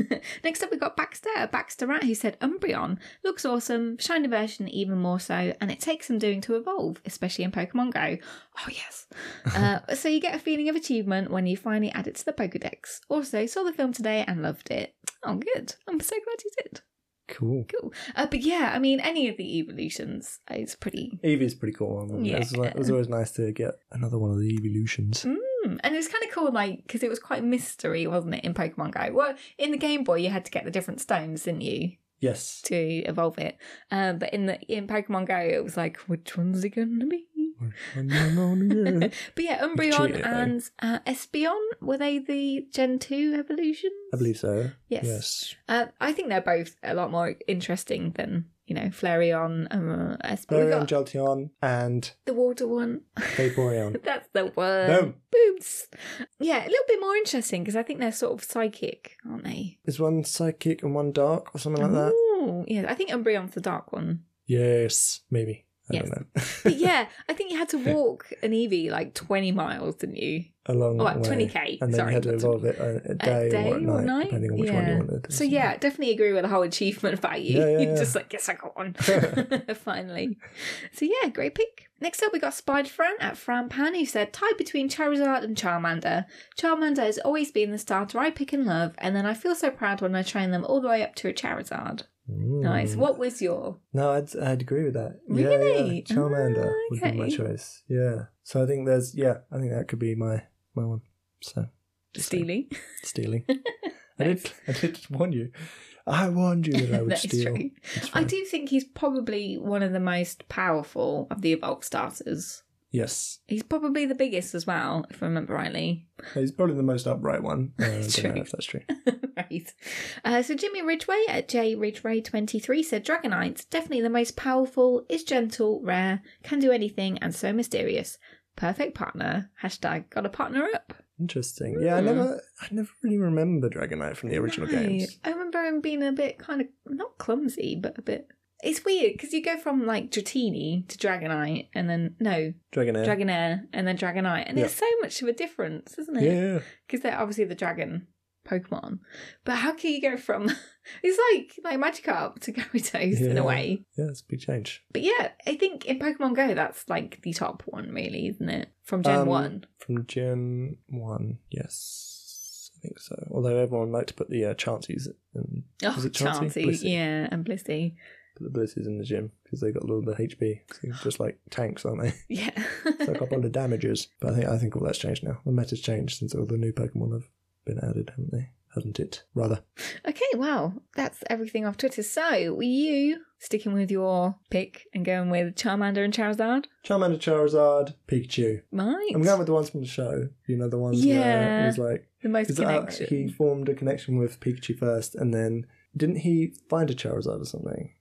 [SPEAKER 2] Next up, we got Baxter, Baxter Rat, who said Umbreon looks awesome, shiny version even more so, and it takes some doing to evolve, especially in Pokemon Go. Oh, yes. uh, so you get a feeling of achievement when you finally add it to the Pokedex. Also, saw the film today and loved it. Oh, good. I'm so glad you did.
[SPEAKER 3] Cool.
[SPEAKER 2] Cool. Uh, but yeah, I mean, any of the evolutions is pretty.
[SPEAKER 3] Eevee's a pretty cool one. wasn't it? It's like- It was always nice to get another one of the evolutions.
[SPEAKER 2] Hmm. And it was kind of cool, like, because it was quite mystery, wasn't it, in Pokemon Go? Well, in the Game Boy, you had to get the different stones, didn't you?
[SPEAKER 3] Yes.
[SPEAKER 2] to evolve it. Um, but in the in Pokemon Go, it was like, which one's it going to be?
[SPEAKER 3] I
[SPEAKER 2] But yeah,
[SPEAKER 3] cheated,
[SPEAKER 2] Umbreon
[SPEAKER 3] though.
[SPEAKER 2] and uh, Espeon were they the Gen two evolutions?
[SPEAKER 3] believe so.
[SPEAKER 2] Yes.
[SPEAKER 3] Yes.
[SPEAKER 2] Uh, I think they're both a lot more interesting than you know Flareon, um, uh, Espeon. We
[SPEAKER 3] Vaporeon,
[SPEAKER 2] got
[SPEAKER 3] Jolteon, and
[SPEAKER 2] the water one.
[SPEAKER 3] Vaporeon.
[SPEAKER 2] That's the word.
[SPEAKER 3] Boom.
[SPEAKER 2] Booms. Yeah, a little bit more interesting because I think they're sort of psychic, aren't they?
[SPEAKER 3] Is one psychic and one dark or something like that?
[SPEAKER 2] Ooh, yeah. I think Umbreon's the dark one.
[SPEAKER 3] Yes, maybe. I
[SPEAKER 2] Yes.
[SPEAKER 3] don't know.
[SPEAKER 2] But yeah, I think you had to walk an EV like 20 miles, didn't you?
[SPEAKER 3] A long
[SPEAKER 2] Or like
[SPEAKER 3] way.
[SPEAKER 2] 20K,
[SPEAKER 3] and then
[SPEAKER 2] sorry,
[SPEAKER 3] you had to
[SPEAKER 2] not
[SPEAKER 3] evolve it a, a, day, or at night, depending on which one you wanted.
[SPEAKER 2] So yeah, definitely agree with the whole achievement value.
[SPEAKER 3] Yeah, yeah,
[SPEAKER 2] You're
[SPEAKER 3] yeah.
[SPEAKER 2] just like, yes, I got one. Finally. So yeah, great pick. Next up, we got Spider Fran at Fran Pan, who said, tied between Charizard and Charmander. Charmander has always been the starter I pick and love, and then I feel so proud when I train them all the way up to a Charizard.
[SPEAKER 3] Mm.
[SPEAKER 2] Nice. What was your?
[SPEAKER 3] No, I'd, I'd agree with that. Yeah, yeah.
[SPEAKER 2] Really?
[SPEAKER 3] Charmander
[SPEAKER 2] Ah,
[SPEAKER 3] would be my
[SPEAKER 2] okay.
[SPEAKER 3] choice. Yeah. So I think there's, yeah, I think that could be my, my one. So
[SPEAKER 2] Steely.
[SPEAKER 3] stealing. I did, I did warn you. I warned you that I would
[SPEAKER 2] That is
[SPEAKER 3] steal.
[SPEAKER 2] true.
[SPEAKER 3] It's
[SPEAKER 2] I
[SPEAKER 3] fine.
[SPEAKER 2] do think he's probably one of the most powerful of the evolved starters.
[SPEAKER 3] Yes.
[SPEAKER 2] He's probably the biggest as well, if I remember rightly.
[SPEAKER 3] He's probably the most upright one. Uh, I don't
[SPEAKER 2] true.
[SPEAKER 3] know if that's true.
[SPEAKER 2] right. Uh, so Jimmy Ridgway at J Ridgway23 said Dragonite, definitely the most powerful, is gentle, rare, can do anything, and so mysterious. Perfect partner. Hashtag got a partner up.
[SPEAKER 3] Interesting. Yeah, I
[SPEAKER 2] Hmm.
[SPEAKER 3] never I never really remember Dragonite from the original games.
[SPEAKER 2] I remember him being a bit kind of not clumsy, but a bit. It's weird because you go from like Dratini to Dragonite, and then no,
[SPEAKER 3] Dragonair.
[SPEAKER 2] Dragonair and then Dragonite. And there's so much of a difference, isn't
[SPEAKER 3] yeah,
[SPEAKER 2] it?
[SPEAKER 3] yeah.
[SPEAKER 2] Because they're obviously the dragon Pokemon. But how can you go from it's like like Magikarp to Gyarados in
[SPEAKER 3] Yeah.
[SPEAKER 2] a way.
[SPEAKER 3] Yeah, it's a big change.
[SPEAKER 2] But yeah, I think in Pokemon Go that's like the top one really, isn't it? From Gen
[SPEAKER 3] Um,
[SPEAKER 2] One.
[SPEAKER 3] From Gen 1, yes. I think so. Although everyone liked to put the uh, Chanseys and
[SPEAKER 2] Oh
[SPEAKER 3] was it Chansey?
[SPEAKER 2] Chansey,
[SPEAKER 3] Blissey.
[SPEAKER 2] yeah, and Blissey.
[SPEAKER 3] put the Blisses in the gym because they got a little bit of HP. So they're just like tanks, aren't they?
[SPEAKER 2] Yeah.
[SPEAKER 3] Took up all the damages. But I think I think all that's changed now. The meta's changed since all the new Pokemon have been added, haven't they? hasn't it? Rather.
[SPEAKER 2] Okay, well, that's everything off Twitter. So, were you sticking with your pick and going with Charmander and Charizard?
[SPEAKER 3] Charmander, Charizard, Pikachu.
[SPEAKER 2] Might.
[SPEAKER 3] I'm going with the ones from the show. You know, the ones where
[SPEAKER 2] Yeah.
[SPEAKER 3] it was like
[SPEAKER 2] the most
[SPEAKER 3] Is that how
[SPEAKER 2] connection.
[SPEAKER 3] he formed a connection with Pikachu first, and then didn't he find a Charizard or something?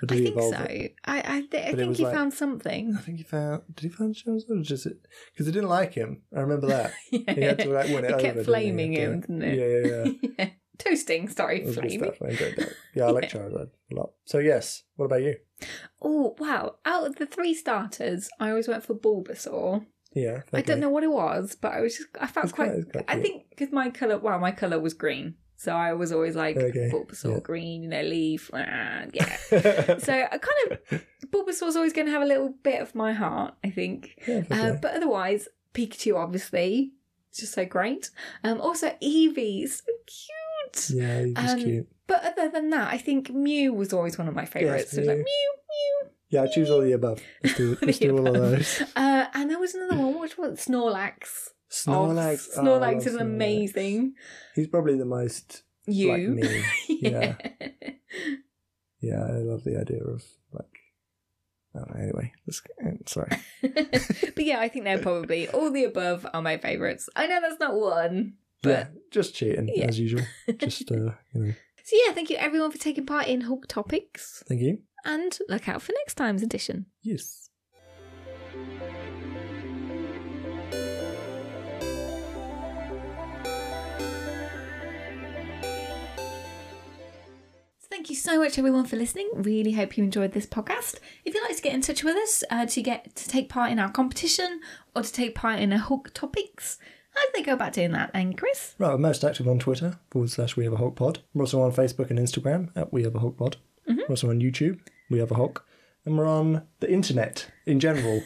[SPEAKER 3] Or
[SPEAKER 2] I
[SPEAKER 3] he
[SPEAKER 2] think so.
[SPEAKER 3] evolve it?
[SPEAKER 2] I, I, th- I
[SPEAKER 3] it
[SPEAKER 2] think
[SPEAKER 3] was
[SPEAKER 2] he
[SPEAKER 3] like-
[SPEAKER 2] found something.
[SPEAKER 3] I think he found. Did he find a Charizard or just it? Because they didn't like him. I remember that.
[SPEAKER 2] yeah.
[SPEAKER 3] He had to like win it,
[SPEAKER 2] It kept
[SPEAKER 3] over, didn't he,
[SPEAKER 2] flaming
[SPEAKER 3] after
[SPEAKER 2] him,
[SPEAKER 3] that?
[SPEAKER 2] didn't it?
[SPEAKER 3] Yeah, yeah, yeah.
[SPEAKER 2] Yeah. Toasting, sorry,
[SPEAKER 3] It was good
[SPEAKER 2] flaming.
[SPEAKER 3] stuff. I enjoyed that. Yeah, I like Charizard a lot. So yes, what about you?
[SPEAKER 2] Oh, wow. Out of the three starters, I always went for Bulbasaur.
[SPEAKER 3] Yeah,
[SPEAKER 2] I don't know what it was, but I was just, I felt
[SPEAKER 3] It's
[SPEAKER 2] quite,
[SPEAKER 3] quite- it's quite
[SPEAKER 2] I
[SPEAKER 3] cute.
[SPEAKER 2] think because my colour, well, my colour was green. So I was always like,
[SPEAKER 3] Okay,
[SPEAKER 2] Bulbasaur
[SPEAKER 3] yeah.
[SPEAKER 2] green, you know, leaf, ah, yeah.
[SPEAKER 3] okay.
[SPEAKER 2] so I kind of, Bulbasaur's always going to have a little bit of my heart, I think.
[SPEAKER 3] Yeah, fair
[SPEAKER 2] Uh,
[SPEAKER 3] play.
[SPEAKER 2] but otherwise, Pikachu, obviously, it's just so great. Um, also, Eevee, so cute.
[SPEAKER 3] yeah, he was
[SPEAKER 2] um,
[SPEAKER 3] cute.
[SPEAKER 2] But other than that, I think Mew was always one of my favourites. it was like
[SPEAKER 3] Mew.
[SPEAKER 2] Mew, Mew.
[SPEAKER 3] Yeah, I choose all the above. Let's do,
[SPEAKER 2] All
[SPEAKER 3] let's
[SPEAKER 2] the
[SPEAKER 3] do all of
[SPEAKER 2] above.
[SPEAKER 3] those.
[SPEAKER 2] Uh, and there was another one, which was Snorlax. Oh,
[SPEAKER 3] Snorlax. Oh, I
[SPEAKER 2] Snorlax
[SPEAKER 3] love
[SPEAKER 2] is
[SPEAKER 3] Snorlax.
[SPEAKER 2] amazing.
[SPEAKER 3] He's probably the most
[SPEAKER 2] You.
[SPEAKER 3] like me.
[SPEAKER 2] yeah.
[SPEAKER 3] Yeah, I love the idea of like. I don't know, anyway, let's, I'm sorry.
[SPEAKER 2] but yeah, I think they're probably all the above are my favourites. I know that's not one, but
[SPEAKER 3] yeah, just cheating
[SPEAKER 2] Yeah.
[SPEAKER 3] as usual. Just uh, you know,
[SPEAKER 2] so yeah, thank you everyone for taking part in Hulk Topics,
[SPEAKER 3] thank you.
[SPEAKER 2] and look out for next time's edition.
[SPEAKER 3] Yes.
[SPEAKER 2] So Thank you so much, everyone, for listening. Really hope you enjoyed this podcast. If you'd like to get in touch with us uh, to get to take part in our competition or to take part in a Hulk topics, how do they go about doing that? And Chris,
[SPEAKER 3] Right, we're most active on Twitter forward slash We Have a Hulk Pod. We're also on Facebook and Instagram at We Have a Hulk Pod.
[SPEAKER 2] Mm-hmm.
[SPEAKER 3] We're also on YouTube, We Have a Hulk, and we're on the internet in general.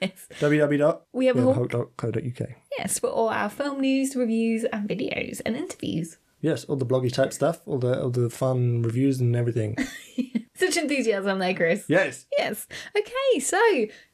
[SPEAKER 2] yes, We Have a Hulk.
[SPEAKER 3] www.wehaveahulk.co.uk.
[SPEAKER 2] yes, for all our film news, reviews, and videos and interviews.
[SPEAKER 3] Yes, all the bloggy type stuff, all the all the fun reviews and everything.
[SPEAKER 2] Such enthusiasm there, Chris.
[SPEAKER 3] Yes.
[SPEAKER 2] Yes. Okay, so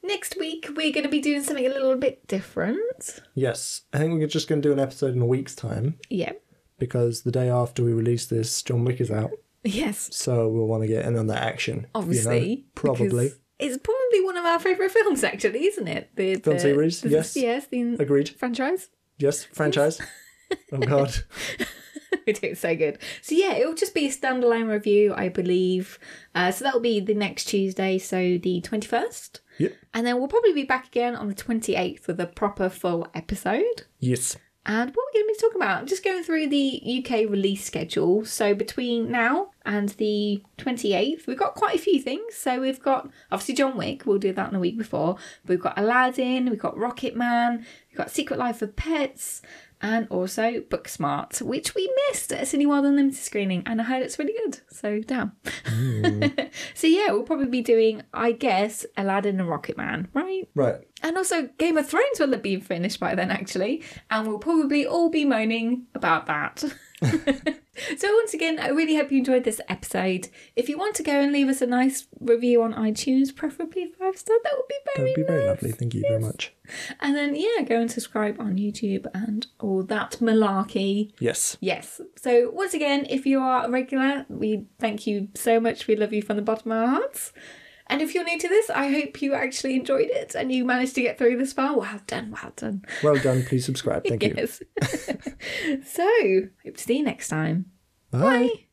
[SPEAKER 2] next week we're going to be doing something a little bit different.
[SPEAKER 3] Yes, I think we're just going to do an episode in a week's time
[SPEAKER 2] Yep.
[SPEAKER 3] because the day after we release this, John Wick is out,
[SPEAKER 2] Yes.
[SPEAKER 3] so we'll want to get in on that action. you know,
[SPEAKER 2] obviously.
[SPEAKER 3] probably.
[SPEAKER 2] because It's probably one of our favourite films, actually, isn't it? The,
[SPEAKER 3] Film
[SPEAKER 2] the-
[SPEAKER 3] series,
[SPEAKER 2] the-
[SPEAKER 3] yes.
[SPEAKER 2] Yes, the
[SPEAKER 3] Agreed.
[SPEAKER 2] franchise.
[SPEAKER 3] Yes, franchise. oh God.
[SPEAKER 2] we do so good. So, yeah, it'll just be a standalone review, I believe. Uh, so, that'll be the next Tuesday, so the 21st.
[SPEAKER 3] Yep.
[SPEAKER 2] And then we'll probably be back again on the 28th with a proper full episode.
[SPEAKER 3] Yes.
[SPEAKER 2] And what we're going to be talking about, I'm just going through the UK release schedule. So between now and the 28th, we've got quite a few things. So we've got obviously John Wick, we'll do that in a week before. But we've got Aladdin, we've got Rocket Man, we've got Secret Life of Pets, and also Booksmart, which we missed at Cineworld Unlimited screening. And I heard it's really good. So damn. so yeah, we'll probably be doing, I guess, Aladdin and Rocket Man, right?
[SPEAKER 3] Right.
[SPEAKER 2] And also, Game of Thrones will have been finished by then, actually, and we'll probably all be moaning about that. so, once again, I really hope you enjoyed this episode. If you want to go and leave us a nice review on iTunes, preferably five star, that would be very,
[SPEAKER 3] That'd be very
[SPEAKER 2] nice.
[SPEAKER 3] lovely. Thank you very much.
[SPEAKER 2] And then, yeah, go and subscribe on YouTube and all that malarkey.
[SPEAKER 3] Yes.
[SPEAKER 2] Yes. So, once again, if you are a regular, we thank you so much. We love you from the bottom of our hearts. And if you're new to this, I hope you actually enjoyed it and you managed to get through this far. Well done, well done.
[SPEAKER 3] Well done. Please subscribe. Thank you.
[SPEAKER 2] yes. so, hope to see you next time. Bye.